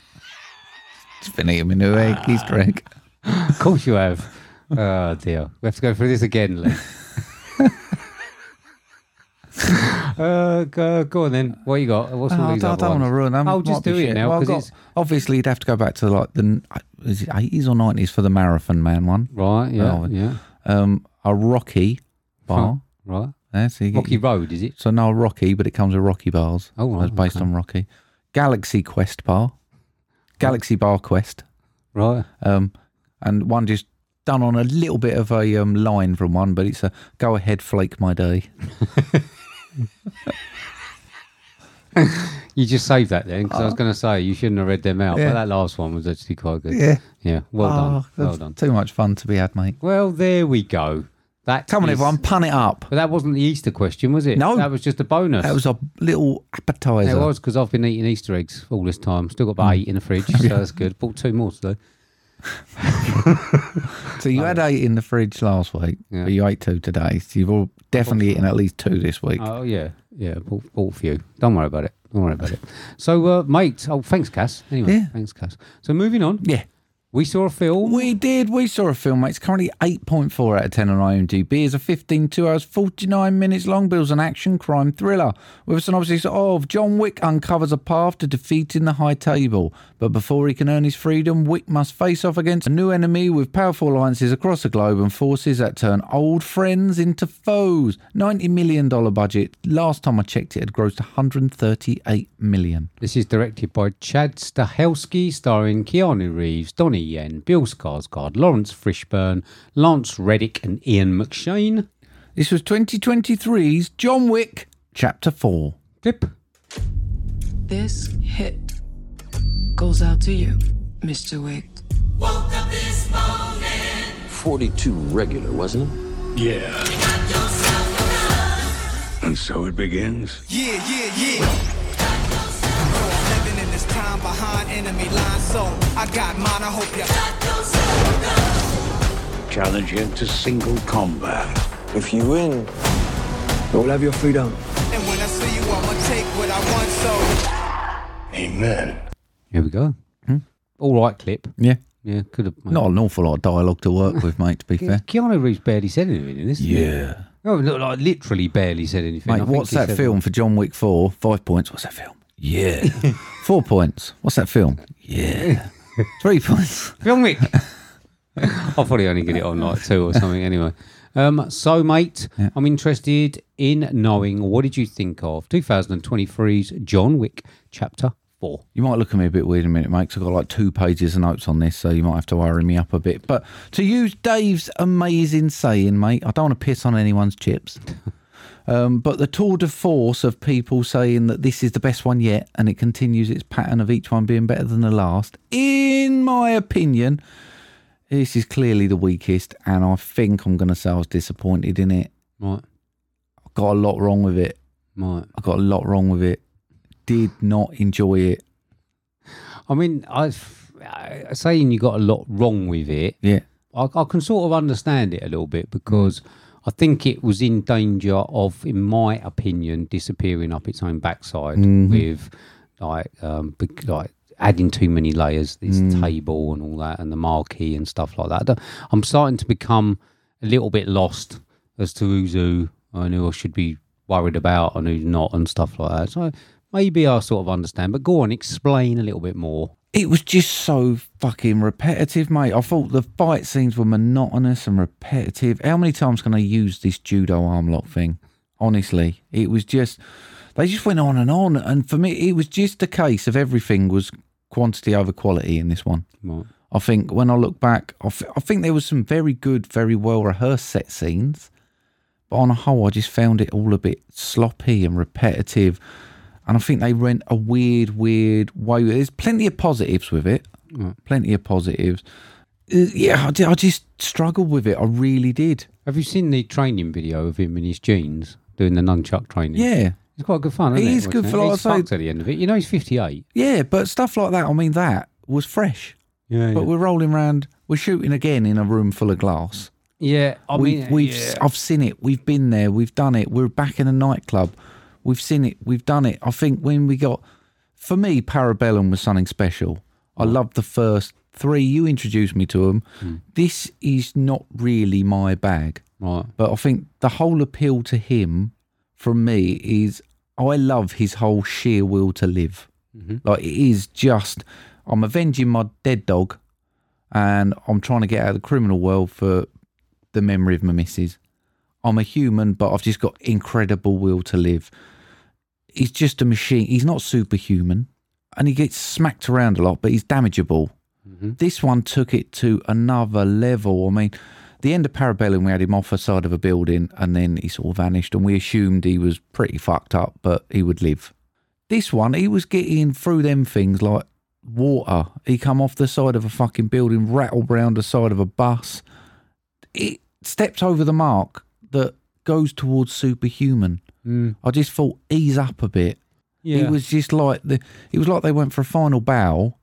Speaker 2: Just been eating my new egg, Easter egg.
Speaker 1: Of course you have. Oh dear, we have to go through this again, Lee. uh, go, go on then. What you got? What's all
Speaker 2: Oh, I
Speaker 1: these
Speaker 2: don't,
Speaker 1: other
Speaker 2: want to
Speaker 1: ones?
Speaker 2: ruin them.
Speaker 1: I'll just
Speaker 2: Might be
Speaker 1: do it
Speaker 2: shit.
Speaker 1: now,
Speaker 2: Well,
Speaker 1: 'cause
Speaker 2: I've got-
Speaker 1: it's-
Speaker 2: obviously you'd have to go back to like the is it 80s or 90s for the Marathon Man one.
Speaker 1: Right, yeah,
Speaker 2: Oh,
Speaker 1: yeah,
Speaker 2: Um, a Rocky bar.
Speaker 1: right.
Speaker 2: Yeah, so you get
Speaker 1: Rocky
Speaker 2: your-
Speaker 1: Road, is it?
Speaker 2: so no Rocky, but it comes with Rocky bars.
Speaker 1: Oh, right,
Speaker 2: It's based
Speaker 1: okay.
Speaker 2: on Rocky. Galaxy Quest bar. Galaxy Bar Quest.
Speaker 1: Right.
Speaker 2: Um, and one just done on a little bit of a um, line from one, but it's a go ahead, flake my day.
Speaker 1: You just saved that then, because I was going to say you shouldn't have read them out,
Speaker 2: Uh-huh. Yeah.
Speaker 1: but that last one was actually quite good.
Speaker 2: Yeah.
Speaker 1: Yeah, well done,
Speaker 2: Oh,
Speaker 1: well
Speaker 2: that's
Speaker 1: done.
Speaker 2: Too much fun to be had, mate.
Speaker 1: Well, there we go. That
Speaker 2: Come on,
Speaker 1: is-
Speaker 2: everyone, pun it up.
Speaker 1: But that wasn't the Easter question, was it?
Speaker 2: No.
Speaker 1: that was just a bonus.
Speaker 2: That was a little appetizer.
Speaker 1: It was because I've been eating Easter eggs all this time. Still got
Speaker 2: Mm.
Speaker 1: about eight in the fridge, so that's good. Bought two more today.
Speaker 2: So you had eight in the fridge last week,
Speaker 1: Yeah.
Speaker 2: but you ate two today. So you've all definitely eaten at least two this week.
Speaker 1: Oh yeah, yeah. Bought, bought a few. Don't worry about it. Don't worry about it. So, uh, mate. Oh, thanks, Cass. Anyway,
Speaker 2: Yeah.
Speaker 1: thanks, Cass. So moving on,
Speaker 2: yeah.
Speaker 1: we saw a film.
Speaker 2: We did. We saw a film, mate. It's currently 8.4 out of 10 on IMDb. It's a 15, 2 hours, 49 minutes long. Bill's an action crime thriller with a synopsis of John Wick uncovers a path to defeating the High Table. But before he can earn his freedom, Wick must face off against a new enemy with powerful alliances across the globe and forces that turn old friends into foes. $90 million budget. Last time I checked, it had grossed $138 million.
Speaker 1: This is directed by Chad Stahelski, starring Keanu Reeves, Donnie Yen, Bill Skarsgård, Lawrence Fishburne, Lance Reddick, and Ian McShane.
Speaker 2: This was 2023's John Wick, Chapter 4.
Speaker 1: Clip.
Speaker 4: This hit goes out to you, Mr. Wick.
Speaker 5: 42 regular, wasn't it?
Speaker 6: Yeah. And so it begins.
Speaker 7: Yeah, yeah, yeah. Living in this time behind enemy lines, so I got mine. I hope you.
Speaker 6: Challenge him to single combat.
Speaker 8: If you win, you'll have your freedom.
Speaker 7: And when I see you, I'ma take what I want. So
Speaker 6: Amen.
Speaker 1: Here we go. All right, clip.
Speaker 2: Yeah.
Speaker 1: Yeah, could have.
Speaker 2: Hmm? Not an awful lot of dialogue to work with, mate, to be fair.
Speaker 1: Keanu Reeves barely said anything in this.
Speaker 2: Yeah.
Speaker 1: No, no, like literally barely said anything. I
Speaker 2: Mate,
Speaker 1: think
Speaker 2: what's
Speaker 1: he
Speaker 2: that
Speaker 1: said-
Speaker 2: film for John Wick 4? Five points. What's that film? Yeah. Four points. What's that film? Yeah. Three points.
Speaker 1: Film Week. I'll probably only get it on like two or something anyway. Um, so, mate, I'm interested in knowing what did you think of 2023's John Wick Chapter 4?
Speaker 2: You might look at me a bit weird in a minute, mate, 'cause I've got like two pages of notes on this, so you might have to worry me up a bit. But to use Dave's amazing saying, mate, I don't want to piss on anyone's chips. Um, but the tour de force of people saying that this is the best one yet and it continues its pattern of each one being better than the last, in my opinion, This is clearly the weakest, and I think I'm going to say I was disappointed in it.
Speaker 1: Right.
Speaker 2: I got a lot wrong with it.
Speaker 1: Right.
Speaker 2: I got a lot wrong with it. Did not enjoy it.
Speaker 1: I mean, I've, I saying you got a lot wrong with it.
Speaker 2: Yeah.
Speaker 1: I, I can sort of understand it a little bit because I think it was in danger of, in my opinion, disappearing up its own backside with like um, bec- like adding too many layers, this table and all that, and the marquee and stuff like that. I don't- I'm starting to become a little bit lost as to who's who and who I should be worried about and who's not and stuff like that. So maybe I sort of understand, but go on, explain a little bit more.
Speaker 2: It was just so fucking repetitive, mate. I thought the fight scenes were monotonous and repetitive. How many times can I use this judo arm lock thing? Honestly, it was just they just went on and on, and for me, it was just a case of everything was quantity over quality in this one.
Speaker 1: Right.
Speaker 2: I think when I look back, I, th- I think there was some very good, very well rehearsed set scenes, but on a whole, I just found it all a bit sloppy and repetitive. And I think they went a weird, weird way. There's plenty of positives with it, plenty of positives. Uh, yeah, I, di- I just struggled with it. I really did.
Speaker 1: Have you seen the training video of him in his jeans doing the nunchuck training?
Speaker 2: Yeah,
Speaker 1: It's quite good fun, isn't
Speaker 2: It
Speaker 1: it?
Speaker 2: is good
Speaker 1: Watching
Speaker 2: for
Speaker 1: it.
Speaker 2: like
Speaker 1: He's
Speaker 2: I say-
Speaker 1: fucked at the end of it. You know he's 58.
Speaker 2: yeah. But stuff like that, I mean, that was fresh.
Speaker 1: Yeah.
Speaker 2: But we're rolling round, we're shooting again in a room full of glass.
Speaker 1: yeah, I
Speaker 2: we've,
Speaker 1: mean,
Speaker 2: we've
Speaker 1: yeah.
Speaker 2: I've seen it. We've been there. We've done it. We're back in a nightclub. We've seen it. We've done it. I think when we got, for me, Parabellum was something special. I loved the first three. You introduced me to them.
Speaker 1: Hmm.
Speaker 2: This is not really my bag,
Speaker 1: Right.
Speaker 2: but I think the whole appeal to him from me is I love his whole sheer will to live. Like it is just, I'm avenging my dead dog, and I'm trying to get out of the criminal world for the memory of my missus. I'm a human, but I've just got incredible will to live. He's just a machine. He's not superhuman, and he gets smacked around a lot, but he's damageable. This one took it to another level. I mean, the end of Parabellum, we had him off the side of a building, and then he sort of vanished, and we assumed he was pretty fucked up, but he would live. This one, he was getting through them things like water. He come off the side of a fucking building, rattled round the side of a bus it stepped over the mark that goes towards superhuman. I just thought ease up a bit.
Speaker 1: Yeah.
Speaker 2: It was just like the it was like they went for a final bow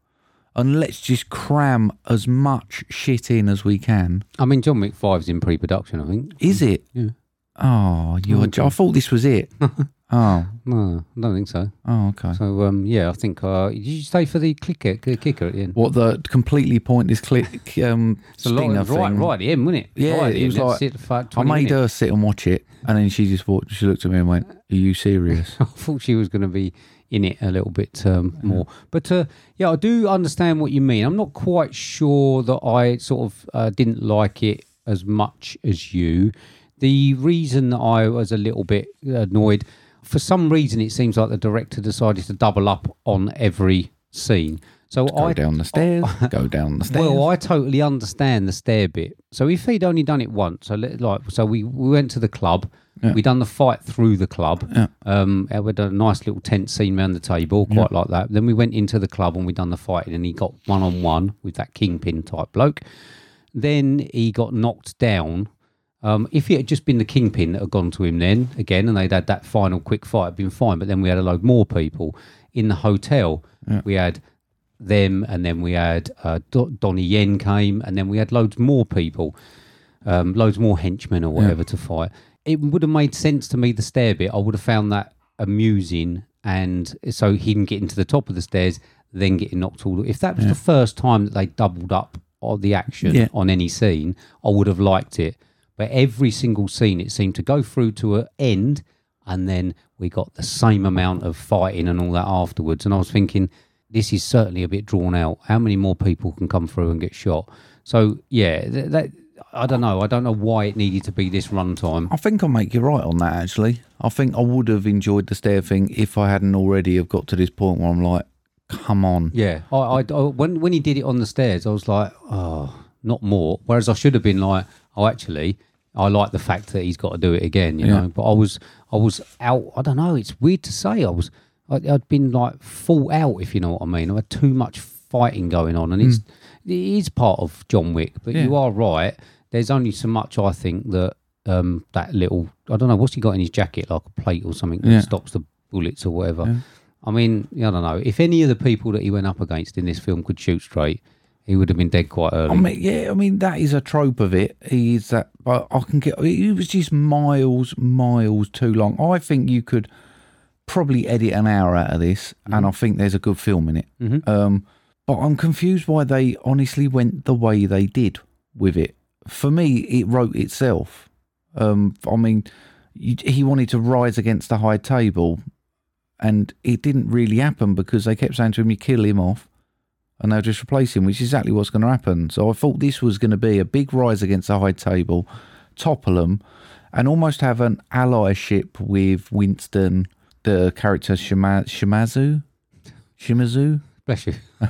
Speaker 2: and let's just cram as much shit in as we can.
Speaker 1: I mean, John Wick 5's in pre production, I think.
Speaker 2: Is it?
Speaker 1: Yeah.
Speaker 2: Oh, you are, I thought this was it. oh,
Speaker 1: No, I don't think so.
Speaker 2: oh, okay.
Speaker 1: So, um, yeah, I think. Uh, did you stay for the clicker, the kicker at the end?
Speaker 2: What the completely pointless click um
Speaker 1: It's a lot
Speaker 2: stinger
Speaker 1: of, right,
Speaker 2: thing.
Speaker 1: right at the end, wasn't it?
Speaker 2: Yeah,
Speaker 1: right at the
Speaker 2: it was
Speaker 1: end. That's
Speaker 2: like-
Speaker 1: it, fuck,
Speaker 2: I
Speaker 1: 20
Speaker 2: made
Speaker 1: minutes.
Speaker 2: her sit and watch it, and then she just walked. She looked at me and went, "Are you serious?"
Speaker 1: I thought she was going to be in it a little bit um, more. But uh, yeah, I do understand what you mean. I'm not quite sure that I sort of uh, didn't like it as much as you. The reason that I was a little bit annoyed, for some reason, it seems like the director decided to double up on every scene. So
Speaker 2: Go
Speaker 1: I
Speaker 2: down the stairs. go down the stairs.
Speaker 1: well, I totally understand the stair bit. So if he'd only done it once, so let, like, so we, we went to the club, we done the fight through the club. Um, and we done a nice little tent scene round the table, quite like that. Then we went into the club and we done the fighting, and he got one on one with that kingpin type bloke. Then he got knocked down. Um, if it had just been the kingpin that had gone to him then again, and they'd had that final quick fight, it'd been fine. But then we had a load more people in the hotel. We had them, and then we had uh, Do- Donnie Yen came, and then we had loads more people, um, loads more henchmen or whatever to fight. It would have made sense to me the stair bit. I would have found that amusing, and so him getting to the top of the stairs, then getting knocked all. If that was the first time that they doubled up on the action
Speaker 2: Yeah.
Speaker 1: on any scene, I would have liked it. But every single scene, it seemed to go through to an end, and then we got the same amount of fighting and all that afterwards. And I was thinking, this is certainly a bit drawn out. How many more people can come through and get shot? So yeah, th- that I don't know. I don't know why it needed to be this runtime.
Speaker 2: I think I make you right on that. Actually, I think I would have enjoyed the stair thing if I hadn't already have got to this point where I'm like, come on.
Speaker 1: Yeah, I, I, I when when he did it on the stairs, I was like, oh, not more. Whereas I should have been like, oh, actually, I like the fact that he's got to do it again, you know. But I was I was out. I don't know. It's weird to say. I was I, I'd been like full out, if you know what I mean. I had too much fighting going on, and it's it is part of John Wick. But you
Speaker 2: Hmm. Yeah.
Speaker 1: are right. There's only so much I think that um, that little I don't know what's he got in his jacket, like a plate or something that
Speaker 2: Yeah.
Speaker 1: stops the bullets or whatever. I mean, I don't know. If any of the people that he went up against in this film could shoot straight, he would have been dead quite early.
Speaker 2: I mean, yeah, I mean that is a trope of it. He is that, but I can get. It was just miles, miles too long. I think you could probably edit an hour out of this, and I think there's a good film in it. Um, but I'm confused why they honestly went the way they did with it. For me, it wrote itself. Um, I mean, you, he wanted to rise against the high table, and it didn't really happen because they kept saying to him, "You kill him off." and they'll just replace him, which is exactly what's going to happen. So I thought this was going to be a big rise against the high table, topple them, and almost have an allyship with Winston, the character Shima- Shimazu. Shimazu?
Speaker 1: Bless you.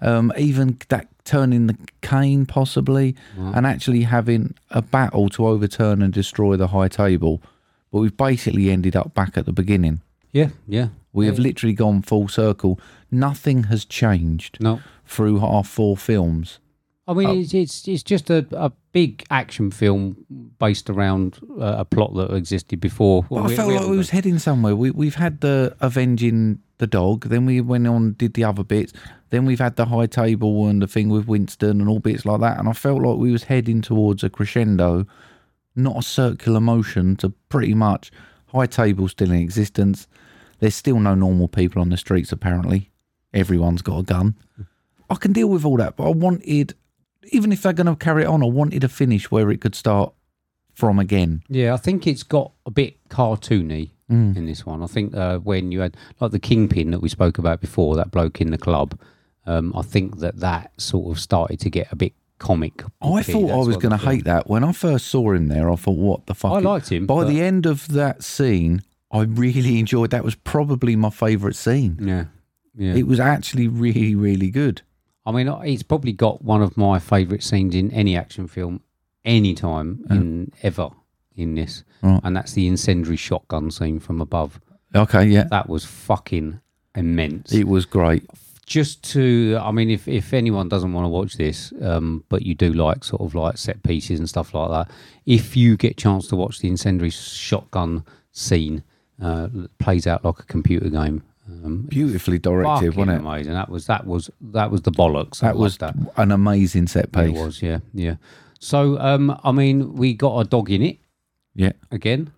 Speaker 2: Um, even that turning the cane, possibly, and actually having a battle to overturn and destroy the high table. But we've basically ended up back at the beginning.
Speaker 1: Yeah, yeah.
Speaker 2: We have literally gone full circle. Nothing has changed
Speaker 1: No.
Speaker 2: through our four films.
Speaker 1: I
Speaker 2: Oh.
Speaker 1: mean, it's, it's it's just a, a big action film based around uh, a plot that existed before.
Speaker 2: But I
Speaker 1: We-
Speaker 2: felt
Speaker 1: we
Speaker 2: like we
Speaker 1: haven't
Speaker 2: was heading somewhere. We we've had the avenging the dog, then we went on did the other bits, then we've had the high table and the thing with Winston and all bits like that. And I felt like we was heading towards a crescendo, not a circular motion to pretty much high table still in existence. There's still no normal people on the streets apparently. Everyone's got a gun. I can deal with all that, but I wanted even if they're gonna carry it on, I wanted a finish where it could start from again.
Speaker 1: Yeah, I think it's got a bit cartoony
Speaker 2: Mm.
Speaker 1: in this one. I think uh, when you had like the kingpin that we spoke about before, that bloke in the club, um, I think that that sort of started to get a bit comic.
Speaker 2: I thought I was going to hate that. When I first saw him there, I thought, what the fuck?
Speaker 1: I liked him,
Speaker 2: By
Speaker 1: but-
Speaker 2: the end of that scene, I really enjoyed that. was probably my favourite scene.
Speaker 1: Yeah, yeah.
Speaker 2: It was actually really, really good.
Speaker 1: I mean, it's probably got one of my favourite scenes in any action film, any time in ever in this,
Speaker 2: Right.
Speaker 1: and that's the incendiary shotgun scene from above.
Speaker 2: Okay, yeah.
Speaker 1: That was fucking immense.
Speaker 2: It was great.
Speaker 1: just to i mean if, if anyone doesn't want to watch this um, but you do like sort of like set pieces and stuff like that if you get a chance to watch the incendiary shotgun scene uh, that plays out like a computer game um,
Speaker 2: Beautifully directed,
Speaker 1: fucking
Speaker 2: wasn't it?
Speaker 1: amazing that was that was that was the bollocks I
Speaker 2: That
Speaker 1: loved
Speaker 2: was
Speaker 1: that
Speaker 2: an amazing set
Speaker 1: it
Speaker 2: piece.
Speaker 1: was yeah yeah so um, i mean we got a dog in it
Speaker 2: Yeah.
Speaker 1: again.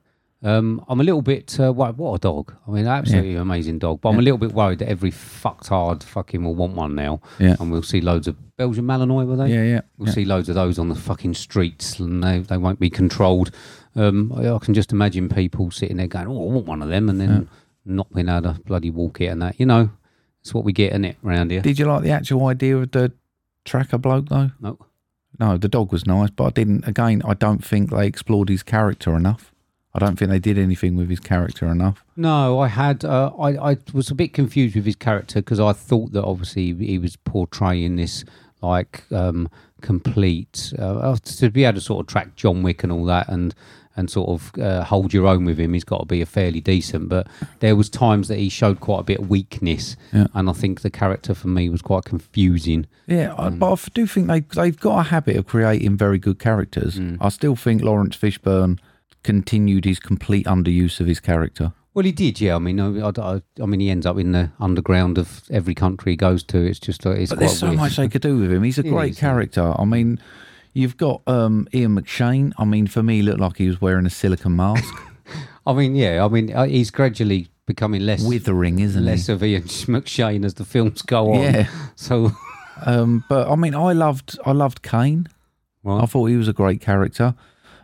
Speaker 1: Um, I'm a little bit uh, what, what a dog. I mean, absolutely amazing dog. But I'm a little bit worried that every fucked hard fucking will want one now.
Speaker 2: Yeah.
Speaker 1: And we'll see loads of Belgian Malinois, were they?
Speaker 2: Yeah, yeah,
Speaker 1: We'll
Speaker 2: yeah.
Speaker 1: see loads of those on the fucking streets, and they, they won't be controlled. Um, I, I can just imagine people sitting there going, "Oh, I want one of them," and then not being able to bloody walk it and that. You know, it's what we get in it round here.
Speaker 2: Did you like the actual idea of the tracker bloke, though?
Speaker 1: no.
Speaker 2: No, the dog was nice, but I didn't. Again, I don't think they explored his character enough. I don't think they did anything with his character enough.
Speaker 1: No, I had. Uh, I I was a bit confused with his character because I thought that obviously he was portraying this like um, complete uh, to be able to sort of track John Wick and all that and and sort of uh, hold your own with him. He's got to be a fairly decent, but there was times that he showed quite a bit of weakness,
Speaker 2: Yeah.
Speaker 1: and I think the character for me was quite confusing.
Speaker 2: Yeah, I
Speaker 1: Mm.
Speaker 2: but I f- do think they they've got a habit of creating very good characters.
Speaker 1: Mm.
Speaker 2: I still think Lawrence Fishburne continued his complete underuse of his character.
Speaker 1: Well, he did, yeah. I mean, I, I, I mean, he ends up in the underground of every country he goes to. It's just, uh, it's
Speaker 2: But
Speaker 1: quite
Speaker 2: there's so
Speaker 1: weird.
Speaker 2: much they could do with him. He's a
Speaker 1: It
Speaker 2: great
Speaker 1: is, yeah.
Speaker 2: character. I mean, you've got um, Ian McShane. I mean, for me, he looked like he was wearing a silicon mask,
Speaker 1: I mean, yeah. I mean, uh, he's gradually becoming less
Speaker 2: withering, isn't he?
Speaker 1: less of Ian McShane as the films go on.
Speaker 2: Yeah.
Speaker 1: So
Speaker 2: Um, but I mean, I loved I loved Kane.
Speaker 1: Right.
Speaker 2: I thought he was a great character.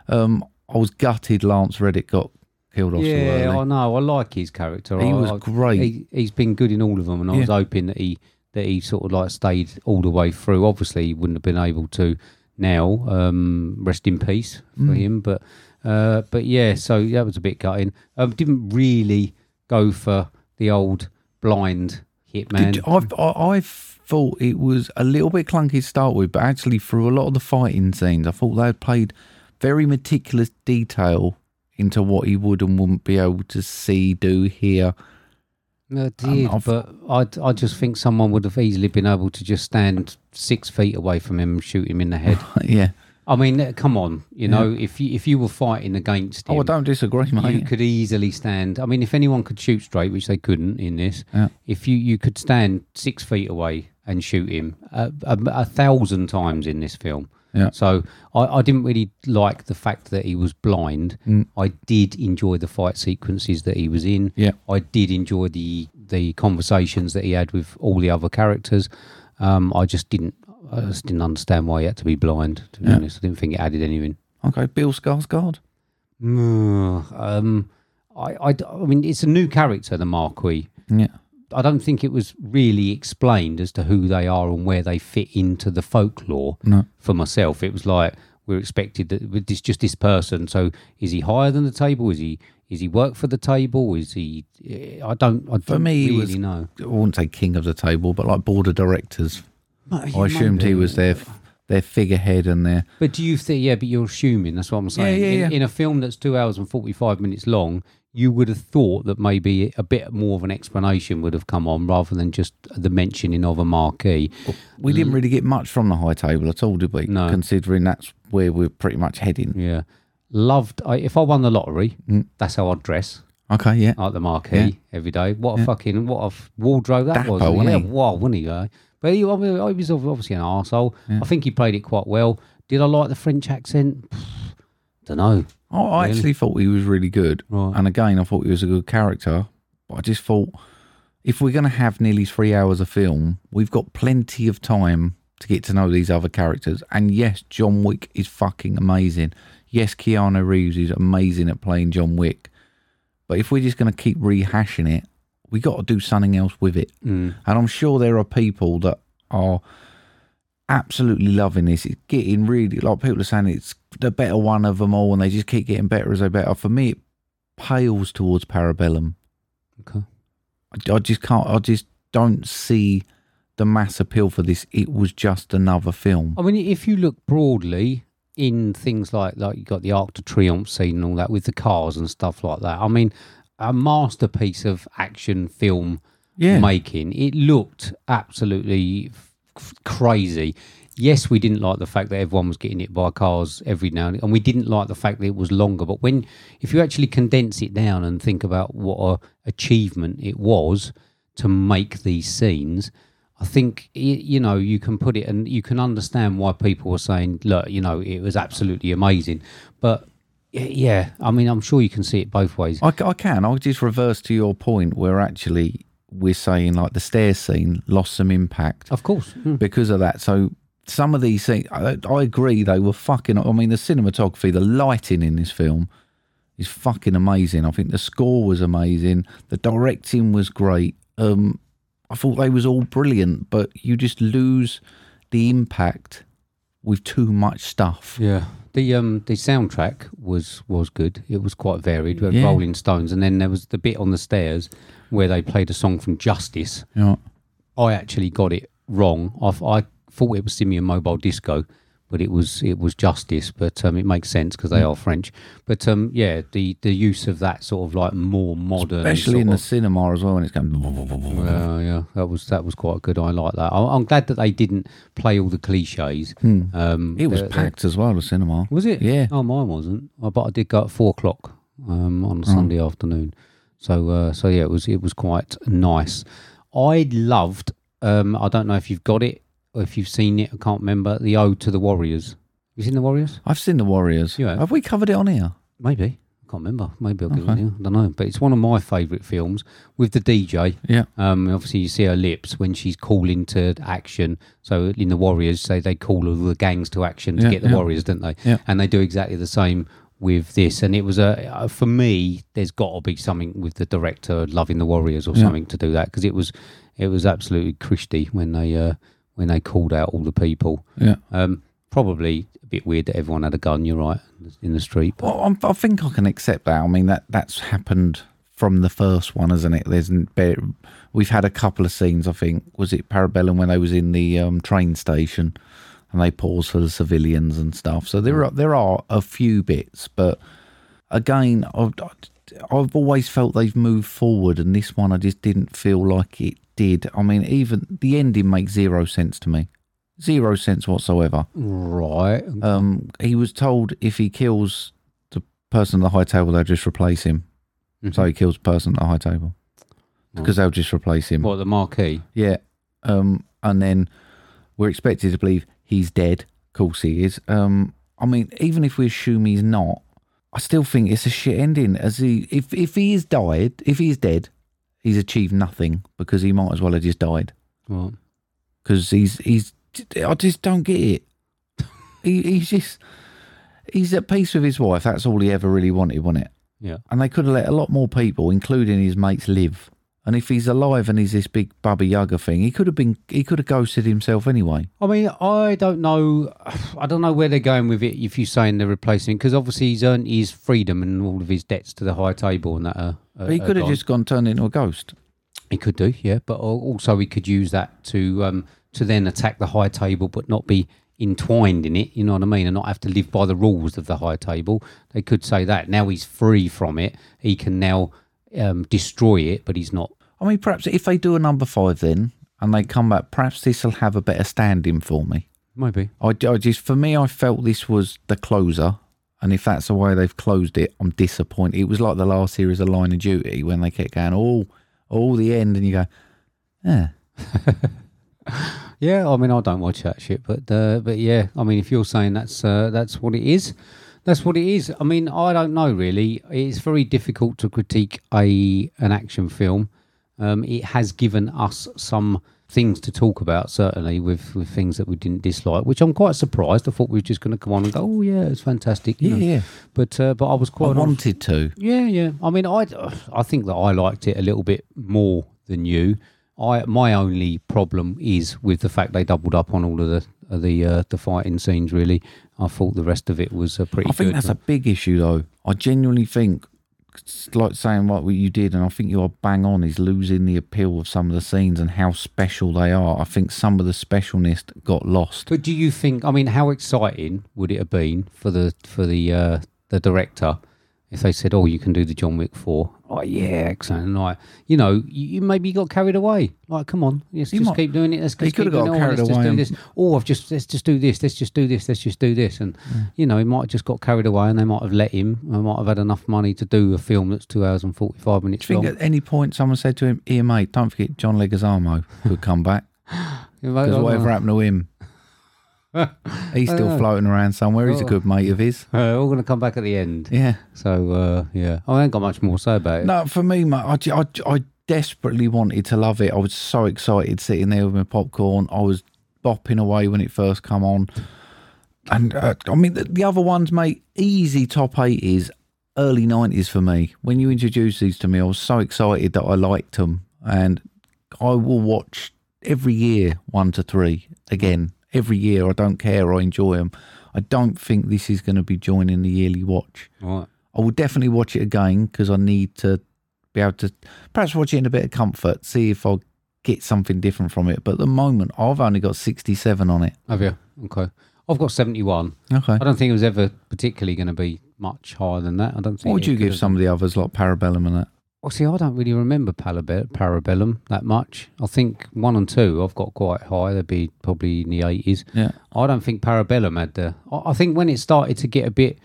Speaker 2: Um, I was gutted Lance Reddick got killed off so
Speaker 1: yeah,
Speaker 2: early.
Speaker 1: I know. I like his character.
Speaker 2: He
Speaker 1: I-
Speaker 2: was
Speaker 1: I-
Speaker 2: great.
Speaker 1: He, he's been good in all of them, and I was
Speaker 2: Yeah.
Speaker 1: hoping that he that he sort of like stayed all the way through. Obviously, he wouldn't have been able to now. Um, rest in peace for
Speaker 2: Mm.
Speaker 1: him. But uh, but yeah, so that was a bit gutting. Um, didn't really go for the old blind hitman.
Speaker 2: Did, I've, I, I thought it was a little bit clunky to start with, but actually through a lot of the fighting scenes, I thought they had played very meticulous detail into what he would and wouldn't be able to see, do, hear,
Speaker 1: No, Uh, it did,
Speaker 2: I've-
Speaker 1: but I, I just think someone would have easily been able to just stand six feet away from him and shoot him in the head.
Speaker 2: yeah.
Speaker 1: I mean, uh, come on, you know, if you if you were fighting against him,
Speaker 2: Oh, I don't disagree, mate.
Speaker 1: you could easily stand. I mean, if anyone could shoot straight, which they couldn't in this,
Speaker 2: Yeah.
Speaker 1: if you you could stand six feet away and shoot him a, a, a thousand times in this film.
Speaker 2: Yeah.
Speaker 1: So I, I didn't really like the fact that he was blind.
Speaker 2: Mm.
Speaker 1: I did enjoy the fight sequences that he was in.
Speaker 2: Yeah.
Speaker 1: I did enjoy the the conversations that he had with all the other characters. Um, I just didn't. I just didn't understand why he had to be blind. To be
Speaker 2: Yeah.
Speaker 1: honest, I didn't think it added anything.
Speaker 2: Okay, Bill Skarsgård.
Speaker 1: Mm, um, I, I d- I mean, it's a new character, the Marquis.
Speaker 2: Yeah.
Speaker 1: I don't think it was really explained as to who they are and where they fit into the folklore
Speaker 2: No.
Speaker 1: for myself. It was like we're expected that but it's just this person. So is he higher than the table? Is he? Is he work for the table? Is he? eh, I don't. I
Speaker 2: For
Speaker 1: don't
Speaker 2: me, he
Speaker 1: really
Speaker 2: was-
Speaker 1: know.
Speaker 2: I wouldn't say king of the table, but like board of directors. I assumed he was their their figurehead and their
Speaker 1: But do you think? Yeah, but you're assuming. That's what I'm saying.
Speaker 2: yeah,
Speaker 1: in,
Speaker 2: yeah.
Speaker 1: in a film that's two hours and forty-five minutes long, you would have thought that maybe a bit more of an explanation would have come on rather than just the mentioning of a marquee.
Speaker 2: We didn't really get much from the high table at all, did we?
Speaker 1: No.
Speaker 2: Considering that's where we're pretty much heading.
Speaker 1: Yeah, loved. I, if I won the lottery, that's how I'd dress.
Speaker 2: Okay, yeah.
Speaker 1: Like the marquee
Speaker 2: Mm. Yeah.
Speaker 1: every day. What a fucking what a f- wardrobe that
Speaker 2: Dapper,
Speaker 1: was.
Speaker 2: wasn't
Speaker 1: yeah,
Speaker 2: he?
Speaker 1: wow, wasn't he? eh? But he, I mean, he was ob- obviously an arsehole. I think he played it quite well. Did I like the French accent? Don't know.
Speaker 2: I, I
Speaker 1: Really?
Speaker 2: actually thought he was really good.
Speaker 1: Right.
Speaker 2: And again, I thought he was a good character. But I just thought if we're going to have nearly three hours of film, we've got plenty of time to get to know these other characters. And yes, John Wick is fucking amazing. Yes, Keanu Reeves is amazing at playing John Wick. But if we're just going to keep rehashing it, we got to do something else with it.
Speaker 1: Mm.
Speaker 2: And I'm sure there are people that are absolutely loving this. It's getting really like people are saying it's the better one of them all, and they just keep getting better as they better. For me, it pales towards Parabellum.
Speaker 1: Okay.
Speaker 2: I, I just can't. I just don't see the mass appeal for this. It was just another film.
Speaker 1: I mean, if you look broadly in things like like you got the Arc de Triomphe scene and all that with the cars and stuff like that. I mean, a masterpiece of action film
Speaker 2: Yeah.
Speaker 1: making. It looked absolutely f- f- crazy. Yes, we didn't like the fact that everyone was getting hit by cars every now and and we didn't like the fact that it was longer. But when, if you actually condense it down and think about what a achievement it was to make these scenes, I think y- you know you can put it and you can understand why people were saying, "Look, you know, it was absolutely amazing." But y- yeah, I mean, I'm sure you can see it both ways.
Speaker 2: I, c- I can. I'll just reverse to your point where actually we're saying like the stairs scene lost some impact.
Speaker 1: Of course, Mm.
Speaker 2: because of that. So some of these things, I, I agree, they were fucking. I mean, the cinematography, the lighting in this film is fucking amazing. I think the score was amazing. The directing was great. Um, I thought they was all brilliant, but you just lose the impact with too much stuff.
Speaker 1: Yeah. The um the soundtrack was was good. It was quite varied. We had
Speaker 2: Yeah.
Speaker 1: Rolling Stones, and then there was the bit on the stairs where they played a song from Justice.
Speaker 2: You know,
Speaker 1: I actually got it wrong. I, f- I thought it was Simeon Mobile Disco, but it was it was Justice. But um, it makes sense because
Speaker 2: Mm.
Speaker 1: they are French. But um, yeah, the the use of that sort of like more modern,
Speaker 2: especially
Speaker 1: sort
Speaker 2: in the
Speaker 1: of-
Speaker 2: cinema as well, and it's going.
Speaker 1: yeah, yeah, that was that was quite good. I like that. I, I'm glad that they didn't play all the cliches.
Speaker 2: Hmm.
Speaker 1: Um,
Speaker 2: It was
Speaker 1: the- the-
Speaker 2: packed as well, the cinema.
Speaker 1: was it?
Speaker 2: Yeah.
Speaker 1: Oh, mine wasn't. I but I did go at four o'clock um, on a Sunday afternoon. So uh, so yeah, it was it was quite nice. I loved. Um, I don't know if you've got it or if you've seen it. I can't remember the Ode to the Warriors. You seen the Warriors?
Speaker 2: I've seen the Warriors.
Speaker 1: You have?
Speaker 2: Have we covered it on here?
Speaker 1: Maybe. I can't remember. Maybe I'll give it. to you. I don't know. But it's one of my favourite films with the DJ.
Speaker 2: Yeah.
Speaker 1: Um, obviously, you see her lips when she's calling to action. So in the Warriors, so they call all the gangs to action to
Speaker 2: Yeah,
Speaker 1: get the
Speaker 2: yeah.
Speaker 1: Warriors, don't they?
Speaker 2: Yeah.
Speaker 1: And they do exactly the same with this. And it was a uh, for me, there's got to be something with the director loving the Warriors or something to do that because it was it was absolutely Christie when they uh, when they called out all the people.
Speaker 2: Yeah.
Speaker 1: Um, probably a bit weird that everyone had a gun. You're right in the street. But
Speaker 2: Well, I, I think I can accept that. I mean, that that's happened from the first one, isn't it? There's n- be- we've had a couple of scenes. I think was it Parabellum when they was in the um, train station and they paused for the civilians and stuff. So there are there are a few bits, but again, I, I- just I've always felt they've moved forward, and this one I just didn't feel like it did. I mean, even the ending makes zero sense to me, zero sense whatsoever.
Speaker 1: Right.
Speaker 2: Um, he was told if he kills the person at the high table, they'll just replace him. So he kills the person at the high table because they'll just replace him.
Speaker 1: What, the marquee?
Speaker 2: Yeah. Um, and then we're expected to believe he's dead. Of course he is. Um, I mean, even if we assume he's not, I still think it's a shit ending. As he, if if he is died, if he's dead, he's achieved nothing because he might as well have just died
Speaker 1: Right.
Speaker 2: because he's he's. I just don't get it. He, he's just he's at peace with his wife. That's all he ever really wanted, wasn't it?
Speaker 1: Yeah.
Speaker 2: And they could have let a lot more people, including his mates, live. And if he's alive and he's this big Baba Yaga thing, he could have been he could have ghosted himself anyway.
Speaker 1: I mean, I don't know. I don't know where they're going with it. If you're saying they're replacing, because obviously he's earned his freedom and all of his debts to the high table and that. Are, are,
Speaker 2: But he
Speaker 1: are
Speaker 2: could have
Speaker 1: Uh, gone.
Speaker 2: just gone turned into a ghost.
Speaker 1: He could do, yeah. But al- also, he could use that to um, to then attack the high table, but not be entwined in it. You know what I mean? And not have to live by the rules of the high table. They could say that now he's free from it. He can now um, destroy it, but he's not.
Speaker 2: I mean, perhaps if they do a number five then and they come back, perhaps this will have a better standing for me.
Speaker 1: Maybe.
Speaker 2: I, I just for me, I felt this was the closer, and if that's the way they've closed it, I'm disappointed. It was like the last series of Line of Duty when they kept going all all the end, and you go, yeah.
Speaker 1: Yeah, I mean, I don't watch that shit, but uh, but yeah, I mean, if you're saying that's uh, that's what it is, that's what it is. I mean, I don't know really. It's very difficult to critique a an action film. Um, it has given us some things to talk about, certainly with, with things that we didn't dislike, which I'm quite surprised. I thought we were just going to come on and go, oh yeah, it's fantastic, you
Speaker 2: Yeah,
Speaker 1: know.
Speaker 2: yeah.
Speaker 1: But uh, but I was
Speaker 2: I
Speaker 1: quite on-
Speaker 2: wanted to.
Speaker 1: yeah, yeah. I mean, I I think that I liked it a little bit more than you. I my only problem is with the fact they doubled up on all of the of the uh, the fighting scenes. Really, I thought the rest of it was uh, pretty
Speaker 2: I think
Speaker 1: good.
Speaker 2: that's a big issue, though. I genuinely think, it's like saying what you did, and I think you are bang on, is losing the appeal of some of the scenes and how special they are. I think some of the specialness got lost.
Speaker 1: But do you think? I mean, how exciting would it have been for the for the uh, the director if they said, "Oh, you can do the John Wick 4. Oh yeah, excellent! And Like you know, you, you maybe got carried away. Like, come on, let's
Speaker 2: He
Speaker 1: just
Speaker 2: might-
Speaker 1: keep doing it. Let's
Speaker 2: he
Speaker 1: just
Speaker 2: could
Speaker 1: keep doing
Speaker 2: have got
Speaker 1: it. Oh,
Speaker 2: carried
Speaker 1: let's just
Speaker 2: away
Speaker 1: do
Speaker 2: and-
Speaker 1: this. Oh, I've just let's just do this. Let's just do this. Let's just do this. And you know, he might have just got carried away, and they might have let him. They might have had enough money to do a film that's two hours and forty five minutes
Speaker 2: Do you
Speaker 1: long.
Speaker 2: think at any point someone said to him, "Here, mate, don't forget John Leguizamo could come back." Because whatever happened to him, he's still floating around somewhere. He's a good mate of his.
Speaker 1: Uh, all going to come back at the end.
Speaker 2: Yeah.
Speaker 1: So uh, yeah, I ain't got much more to say about it.
Speaker 2: No, for me, mate, I, ju- I, ju- I desperately wanted to love it. I was so excited sitting there with my popcorn. I was bopping away when it first come on. And uh, I mean, the, the other ones, mate, easy top 80s, early 90s for me. When you introduced these to me, I was so excited that I liked them. And I will watch every year one to three again. Every year, I don't care. I enjoy them. I don't think this is going to be joining the yearly watch.
Speaker 1: All right.
Speaker 2: I will definitely watch it again because I need to be able to perhaps watch it in a bit of comfort, see if I get something different from it. But at the moment, I've only got 67 on it.
Speaker 1: Have you? Okay. I've got 71.
Speaker 2: Okay.
Speaker 1: I don't think it was ever particularly going to be much higher than that. I don't think.
Speaker 2: What would
Speaker 1: it
Speaker 2: you
Speaker 1: could
Speaker 2: give
Speaker 1: have-
Speaker 2: some of the others, like Parabellum and that?
Speaker 1: Well, see, I don't really remember Palabe- Parabellum that much. I think one and two I've got quite high. They'd be probably in the 80s.
Speaker 2: Yeah.
Speaker 1: I don't think Parabellum had the. I I think when it started to get a bit,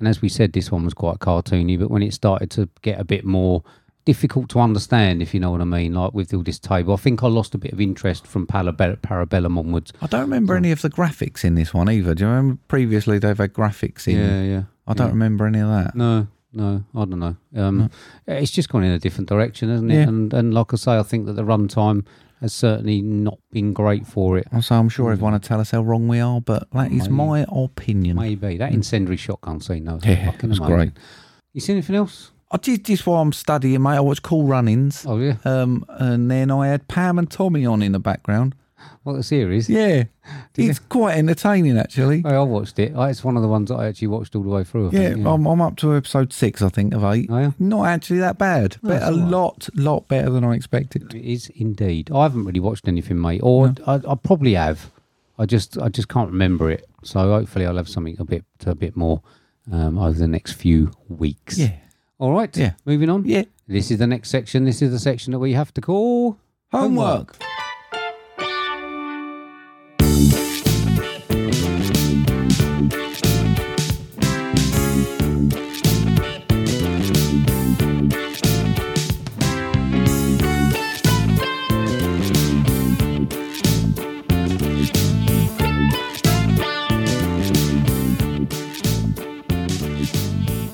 Speaker 1: and as we said, this one was quite cartoony, but when it started to get a bit more difficult to understand, if you know what I mean, like with all this table, I think I lost a bit of interest from Palabe- Parabellum onwards.
Speaker 2: I don't remember any of the graphics in this one either. Do you remember previously they've had graphics in?
Speaker 1: Yeah, yeah.
Speaker 2: I don't remember any of that.
Speaker 1: No, no, I don't know. Um, It's just gone in a different direction, hasn't it?
Speaker 2: Yeah.
Speaker 1: And and like I say, I think that the runtime has certainly not been great for it.
Speaker 2: Also, I'm sure everyone will tell us how wrong we are, but that is my opinion.
Speaker 1: Maybe that incendiary shotgun scene, though, was
Speaker 2: Mm. Yeah,
Speaker 1: fucking
Speaker 2: it was
Speaker 1: amazing.
Speaker 2: great.
Speaker 1: You seen anything else?
Speaker 2: I did this while I'm studying, mate. I watch Cool Runnings.
Speaker 1: Oh yeah,
Speaker 2: Um, and then I had Pam and Tommy on in the background.
Speaker 1: what a series.
Speaker 2: Yeah.
Speaker 1: you?
Speaker 2: It's quite entertaining, actually.
Speaker 1: Hey, I watched it. I- It's one of the ones that I actually watched all the way through. I
Speaker 2: Yeah, oh.
Speaker 1: think, yeah.
Speaker 2: I'm, I'm up to episode six, I think, of eight.
Speaker 1: Oh, yeah?
Speaker 2: Not actually that bad, but
Speaker 1: that's
Speaker 2: a
Speaker 1: all right.
Speaker 2: lot, lot better than I expected.
Speaker 1: It is indeed. I haven't really watched anything, mate, or I, I probably have. I just I just can't remember it. So hopefully I'll have something a bit a bit more um, over the next few weeks.
Speaker 2: Yeah.
Speaker 1: All right.
Speaker 2: Yeah.
Speaker 1: Moving on.
Speaker 2: Yeah.
Speaker 1: This is the next section. This is the section that we have to call
Speaker 2: Homework.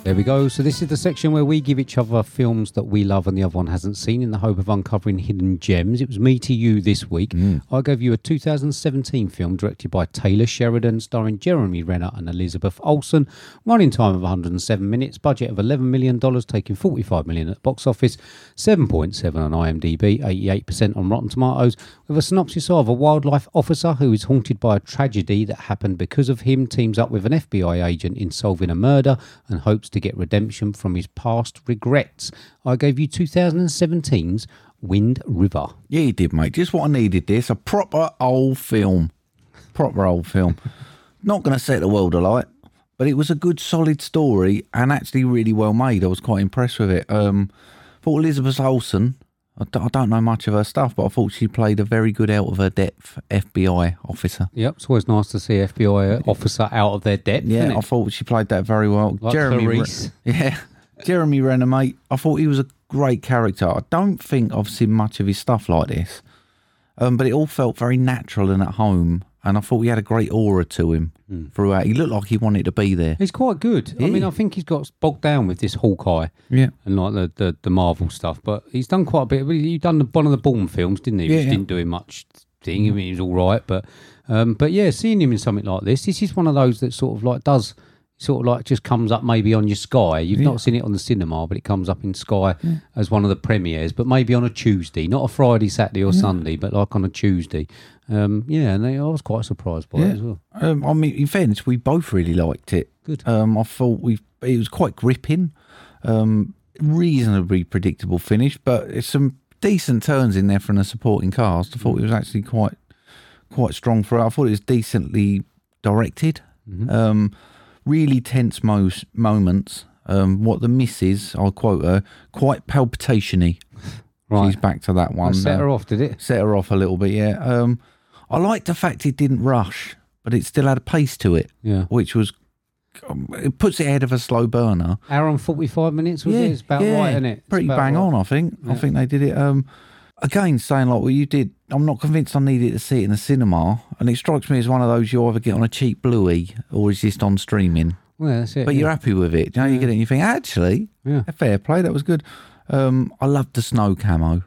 Speaker 1: There we go. So this is the section where we give each other films that we love and the other one hasn't seen in the hope of uncovering hidden gems. It was me to you this week.
Speaker 2: Mm.
Speaker 1: I gave you a 2017 film directed by Taylor Sheridan, starring Jeremy Renner and Elizabeth Olsen. Running time of 107 minutes, budget of 11 million dollars, taking 45 million at the box office, 7.7 on IMDb, 88% on Rotten Tomatoes, with a synopsis of a wildlife officer who is haunted by a tragedy that happened because of him teams up with an FBI agent in solving a murder and hopes to get redemption from his past regrets. I gave you 2017's Wind River.
Speaker 2: Yeah, you did, mate. Just what I needed this. A proper old film. Proper old film. Not going to set the world alight, but it was a good, solid story and actually really well made. I was quite impressed with it. Um, thought Elizabeth Olsen, I d- I don't know much of her stuff, but I thought she played a very good out of her depth FBI officer.
Speaker 1: Yep, it's always nice to see FBI officer out of their depth.
Speaker 2: Yeah,
Speaker 1: innit?
Speaker 2: I thought she played that very well.
Speaker 1: Like
Speaker 2: Re-
Speaker 1: Clarice.
Speaker 2: yeah, Jeremy Renner, mate. I thought he was a great character. I don't think I've seen much of his stuff like this, um, but it all felt very natural and at home. And I thought he had a great aura to him
Speaker 1: Hmm.
Speaker 2: throughout. He looked like he wanted to be there.
Speaker 1: He's quite good. I mean, I think he's got bogged down with this Hawkeye
Speaker 2: Yeah.
Speaker 1: and like the, the, the Marvel stuff, but he's done quite a bit. He done the, one of the Bourne films, didn't he?
Speaker 2: Yeah,
Speaker 1: Which
Speaker 2: yeah.
Speaker 1: didn't do him much thing. I mean, he was all right, but um, but yeah, seeing him in something like this, this is one of those that sort of like does sort of like just comes up maybe on your Sky. You've not seen it on the cinema, but it comes up in Sky as one of the premieres, but maybe on a Tuesday, not a Friday, Saturday, or Sunday, but like on a Tuesday. Um, yeah, and I was quite surprised by it as well.
Speaker 2: Um, I mean, in fairness, we both really liked it.
Speaker 1: Good.
Speaker 2: Um, I thought we it was quite gripping, um, reasonably predictable finish, but it's some decent turns in there from the supporting cast. I thought it was
Speaker 1: Mm.
Speaker 2: actually quite quite strong for it. I thought it was decently directed.
Speaker 1: Mm-hmm.
Speaker 2: Um, really tense mo- moments. Um, what the misses, I'll quote her, quite palpitationy.
Speaker 1: Right.
Speaker 2: She's back to that one.
Speaker 1: set
Speaker 2: Uh,
Speaker 1: her off, did it?
Speaker 2: set her off a little bit. Yeah, um, I liked the fact it didn't rush, but it still had a pace to it.
Speaker 1: Yeah.
Speaker 2: which was um, it puts it ahead of a slow burner.
Speaker 1: Hour and 45 minutes, was it? It's about right, isn't it? It's
Speaker 2: Pretty
Speaker 1: about
Speaker 2: bang
Speaker 1: right.
Speaker 2: on, I think. I think they did it. Um, again, saying like what you did, I'm not convinced I needed to see it in the cinema, and it strikes me as one of those you either get on a cheap bluey or is just on streaming.
Speaker 1: Well, that's it.
Speaker 2: But
Speaker 1: yeah.
Speaker 2: you're happy with it. You know, you get it and you think, actually,
Speaker 1: Yeah.
Speaker 2: fair play, that was good. Um, I loved the snow camo.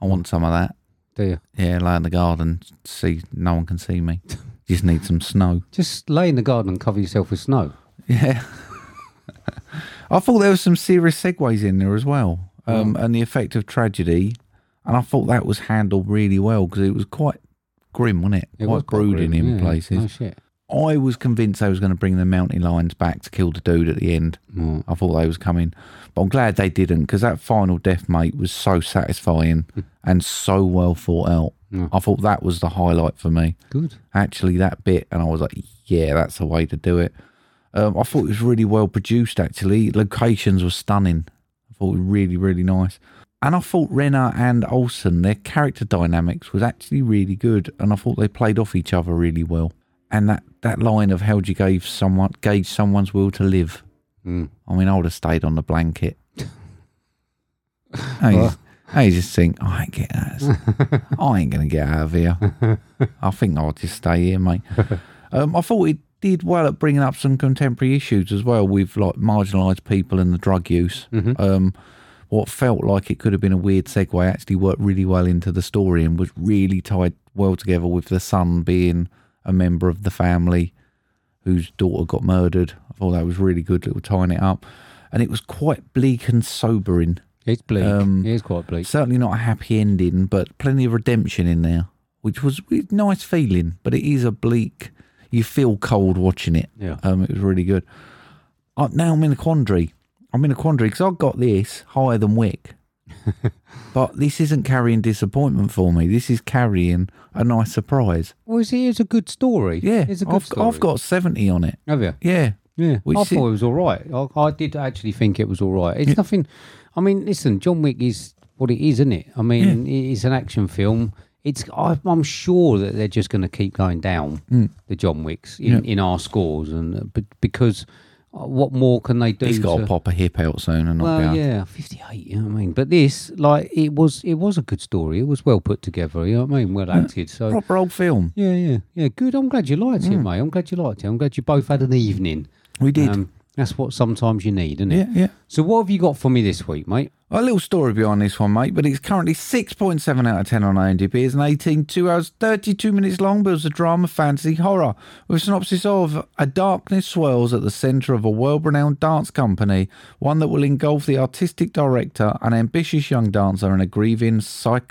Speaker 2: I want some of that.
Speaker 1: Do you?
Speaker 2: Yeah, lay in the garden, see no one can see me. Just need some snow.
Speaker 1: Just lay in the garden and cover yourself with snow.
Speaker 2: Yeah. I thought there was some serious segues in there as well, um, and the effect of tragedy, and I thought that was handled really well because it was quite grim, wasn't it?
Speaker 1: It
Speaker 2: quite
Speaker 1: was quite
Speaker 2: brooding
Speaker 1: grim,
Speaker 2: in
Speaker 1: yeah.
Speaker 2: places.
Speaker 1: Oh, shit.
Speaker 2: I was convinced they was going to bring the mountain lions back to kill the dude at the end. I thought they was coming, but I'm glad they didn't because that final death, mate, was so satisfying
Speaker 1: Hmm.
Speaker 2: and so well thought out. I thought that was the highlight for me
Speaker 1: Good.
Speaker 2: actually that bit and i was like yeah that's the way to do it um, i thought it was really well produced actually locations were stunning i thought it was really really nice and i thought renner and olsen their character dynamics was actually really good and i thought they played off each other really well and that, that line of how do you gave someone gauge someone's will to live i mean i would have stayed on the blanket I, just, I just think i ain't getting out of- i ain't gonna get out of here I think I'll just stay here, mate. um, I thought it did well at bringing up some contemporary issues as well with like marginalised people and the drug use. Um, what felt like it could have been a weird segue actually worked really well into the story and was really tied well together with the son being a member of the family whose daughter got murdered. I thought that was really good, little tying it up. And it was quite bleak and sobering.
Speaker 1: It's bleak.
Speaker 2: Um,
Speaker 1: it is quite bleak.
Speaker 2: Certainly not a happy ending, but plenty of redemption in there, which was a nice feeling. But it is a bleak. You feel cold watching it.
Speaker 1: Yeah.
Speaker 2: Um, it was really good. Uh, now I'm in a quandary. I'm in a quandary because I've got this higher than Wick, but this isn't carrying disappointment for me. This is carrying a nice surprise.
Speaker 1: Well, you see, it's a good story.
Speaker 2: Yeah,
Speaker 1: It's a good
Speaker 2: I've,
Speaker 1: story.
Speaker 2: I've got seventy on it.
Speaker 1: Have you?
Speaker 2: Yeah,
Speaker 1: Yeah,
Speaker 2: Which
Speaker 1: I
Speaker 2: se-
Speaker 1: thought it was all right. I, I did actually think it was all right. It's nothing. I mean, listen, John Wick is what it is, isn't it? I mean, it- it's an action film. It's. I, I'm sure that they're just going to keep going down
Speaker 2: Hmm.
Speaker 1: the John Wicks in, in our scores, and uh, be- because uh, what more can they do?
Speaker 2: He's got
Speaker 1: to-
Speaker 2: to pop a hip out soon and not
Speaker 1: well,
Speaker 2: be able-
Speaker 1: yeah, fifty-eight. You know what I mean? But this, like, it was it was a good story. It was well put together. You know what I mean? Well acted. So
Speaker 2: Proper old film.
Speaker 1: yeah, yeah, yeah. Good. I'm glad you liked it, mate. I'm glad you liked it. I'm glad you both had an evening.
Speaker 2: We did.
Speaker 1: Um, that's what sometimes you need, isn't it?
Speaker 2: yeah, yeah.
Speaker 1: So what have you got for me this week, mate?
Speaker 2: A little story behind this one, mate, but it's currently 6.7 out of 10 on IMDb. It's an 18, 2 hours, 32 minutes long, but it's a drama, fantasy, horror, with a synopsis of A darkness swirls at the centre of a world renowned dance company, one that will engulf the artistic director, an ambitious young dancer, and a grieving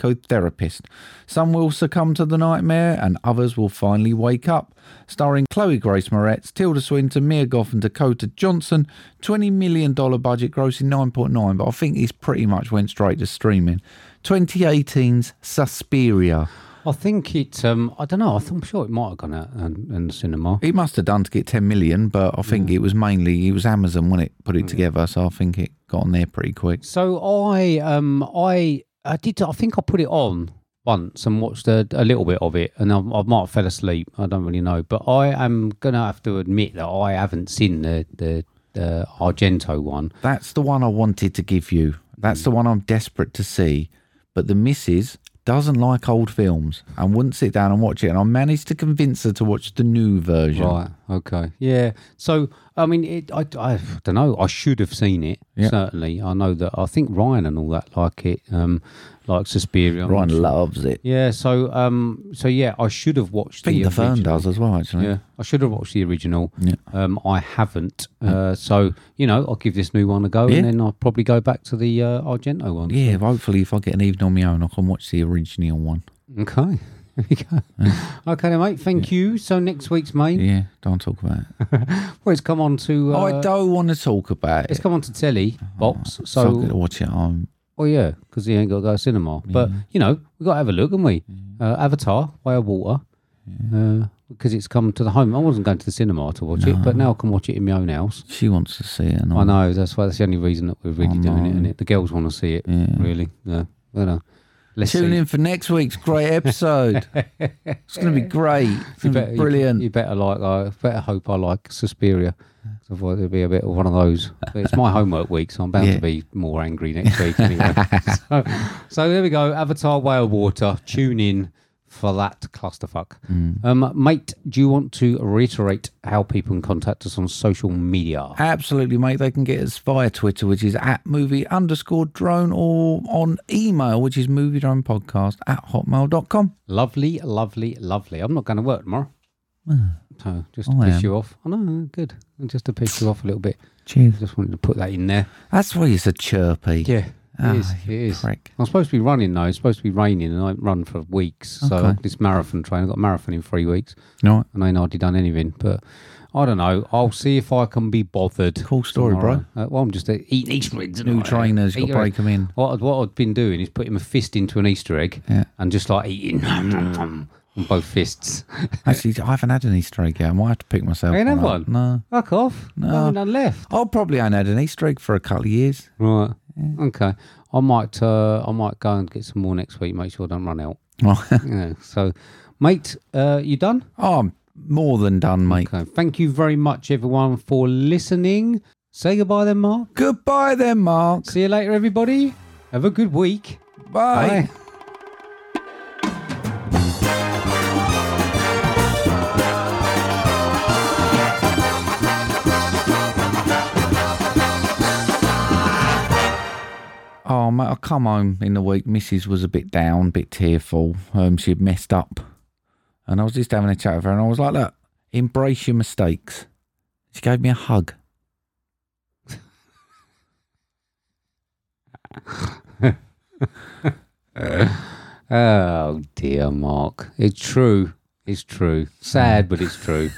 Speaker 2: psychotherapist. Some will succumb to the nightmare, and others will finally wake up. Starring Chloe Grace Moretz, Tilda Swinton, Mia Goff, and Dakota Johnson. $20 million budget, grossing 9.9, but I think this pretty much went straight to streaming. 2018's Suspiria.
Speaker 1: I think it. Um, I don't know. I th- I'm sure it might have gone out in, in the cinema.
Speaker 2: It must have done to get 10 million, but I think it was mainly, it was Amazon when it put it together, so I think it got on there pretty quick.
Speaker 1: So I, um, I, I did. I think I put it on once and watched a, a little bit of it, and I, I might have fell asleep. I don't really know, but I am gonna have to admit that I haven't seen the the, the Argento one.
Speaker 2: That's the one I wanted to give you.
Speaker 1: Hmm.
Speaker 2: That's the one I'm desperate to see. But the missus doesn't like old films and wouldn't sit down and watch it. And I managed to convince her to watch the new version.
Speaker 1: Right. Okay. Yeah. So I mean, it, I, don't know. I should have seen it. Certainly. I know that. I think Ryan and all that like it. Um, like Suspiria. I'm
Speaker 2: Ryan
Speaker 1: sure.
Speaker 2: loves it.
Speaker 1: Yeah. So um. So yeah, I should have watched.
Speaker 2: I think the, firm
Speaker 1: original.
Speaker 2: does as well, actually.
Speaker 1: Yeah, I should have watched the original. Um, I haven't. Uh, so you know, I'll give this new one a go,
Speaker 2: Yeah.
Speaker 1: and then I'll probably go back to the uh, Argento one.
Speaker 2: Yeah, hopefully, if I get an evening on my own, I can watch the original one.
Speaker 1: Okay. There we go. okay, then, mate. Thank you. So next week's, mate.
Speaker 2: Yeah, don't talk about it.
Speaker 1: Mm. Well, it's come on to. Uh,
Speaker 2: I don't want to talk about
Speaker 1: It's
Speaker 2: it.
Speaker 1: come on to telly box.
Speaker 2: So I'm going to
Speaker 1: So,
Speaker 2: watch Ah, it on.
Speaker 1: oh yeah, because he ain't got to go to cinema. But you know, we got to have a look, haven't we? Uh, Avatar, Way of Water. Because it's come to the home. I wasn't going to the cinema to watch it, but now I can watch it in my own house.
Speaker 2: She wants to see it. And
Speaker 1: I know that's why that's the only reason that we're
Speaker 2: Oh,
Speaker 1: really doing it, and it the girls want to see it. Really, yeah. Well, no. Let's
Speaker 2: Tune
Speaker 1: see.
Speaker 2: in for next week's great episode. it's going to be great. It's
Speaker 1: You
Speaker 2: going to
Speaker 1: better,
Speaker 2: be
Speaker 1: you-
Speaker 2: brilliant.
Speaker 1: You, better like. I better hope I like Suspiria. 'cause Otherwise, it'll be a bit of one of those. But it's my homework week, so I'm bound
Speaker 2: Yeah.
Speaker 1: to be more angry next week. Anyway. so, so there we go. Avatar Whale Water. Tune in for that clusterfuck.
Speaker 2: Mm.
Speaker 1: Um, mate, do you want to reiterate how people can contact us on social media?
Speaker 2: Absolutely, mate. They can get us via Twitter, which is at movie underscore drone, or on email, which is movie drone podcast at hotmail.com.
Speaker 1: Lovely, lovely, lovely. I'm not going to work tomorrow. So just to
Speaker 2: Oh, I
Speaker 1: piss
Speaker 2: am.
Speaker 1: you off. I know, good. Just to piss you off a little bit.
Speaker 2: Cheers.
Speaker 1: Just wanted to put that in there.
Speaker 2: That's why you're so chirpy.
Speaker 1: Yeah, it
Speaker 2: Ah,
Speaker 1: is. It
Speaker 2: you
Speaker 1: is.
Speaker 2: prick.
Speaker 1: I'm supposed to be running though. It's supposed to be raining, and I haven't run for weeks. So
Speaker 2: Okay.
Speaker 1: this marathon train, I've got a marathon in three weeks,
Speaker 2: No, right.
Speaker 1: and I ain't hardly done anything. But I don't know. I'll see if I can be bothered.
Speaker 2: Cool story, bro.
Speaker 1: Uh, well, I'm just uh, eating Easter eggs.
Speaker 2: New trainers, you got to break them in.
Speaker 1: What I'd, what I'd been doing is putting my fist into an Easter egg
Speaker 2: Yeah.
Speaker 1: and just like eating on both fists.
Speaker 2: Actually, I haven't had an Easter egg yet. I might have to pick myself
Speaker 1: I ain't have
Speaker 2: up.
Speaker 1: one.
Speaker 2: No.
Speaker 1: Fuck off. No. I none left.
Speaker 2: I probably ain't had an Easter egg for a couple of years.
Speaker 1: Right. Okay. I might uh, I might go and get some more next week, make sure I don't run out. yeah. So mate, uh, you done?
Speaker 2: Oh, I'm more than done, mate.
Speaker 1: Okay. Thank you very much everyone for listening. Say goodbye then, Mark.
Speaker 2: Goodbye then, Mark.
Speaker 1: See you later everybody. Have a good week.
Speaker 2: Bye.
Speaker 1: Bye.
Speaker 2: Oh, mate, I come home in the week. Mrs. was a bit down, a bit tearful. Um, she had messed up. And I was just having a chat with her, and I was like, look, embrace your mistakes. She gave me a hug.
Speaker 1: Oh dear, Mark. It's true. It's true. Sad, but it's true.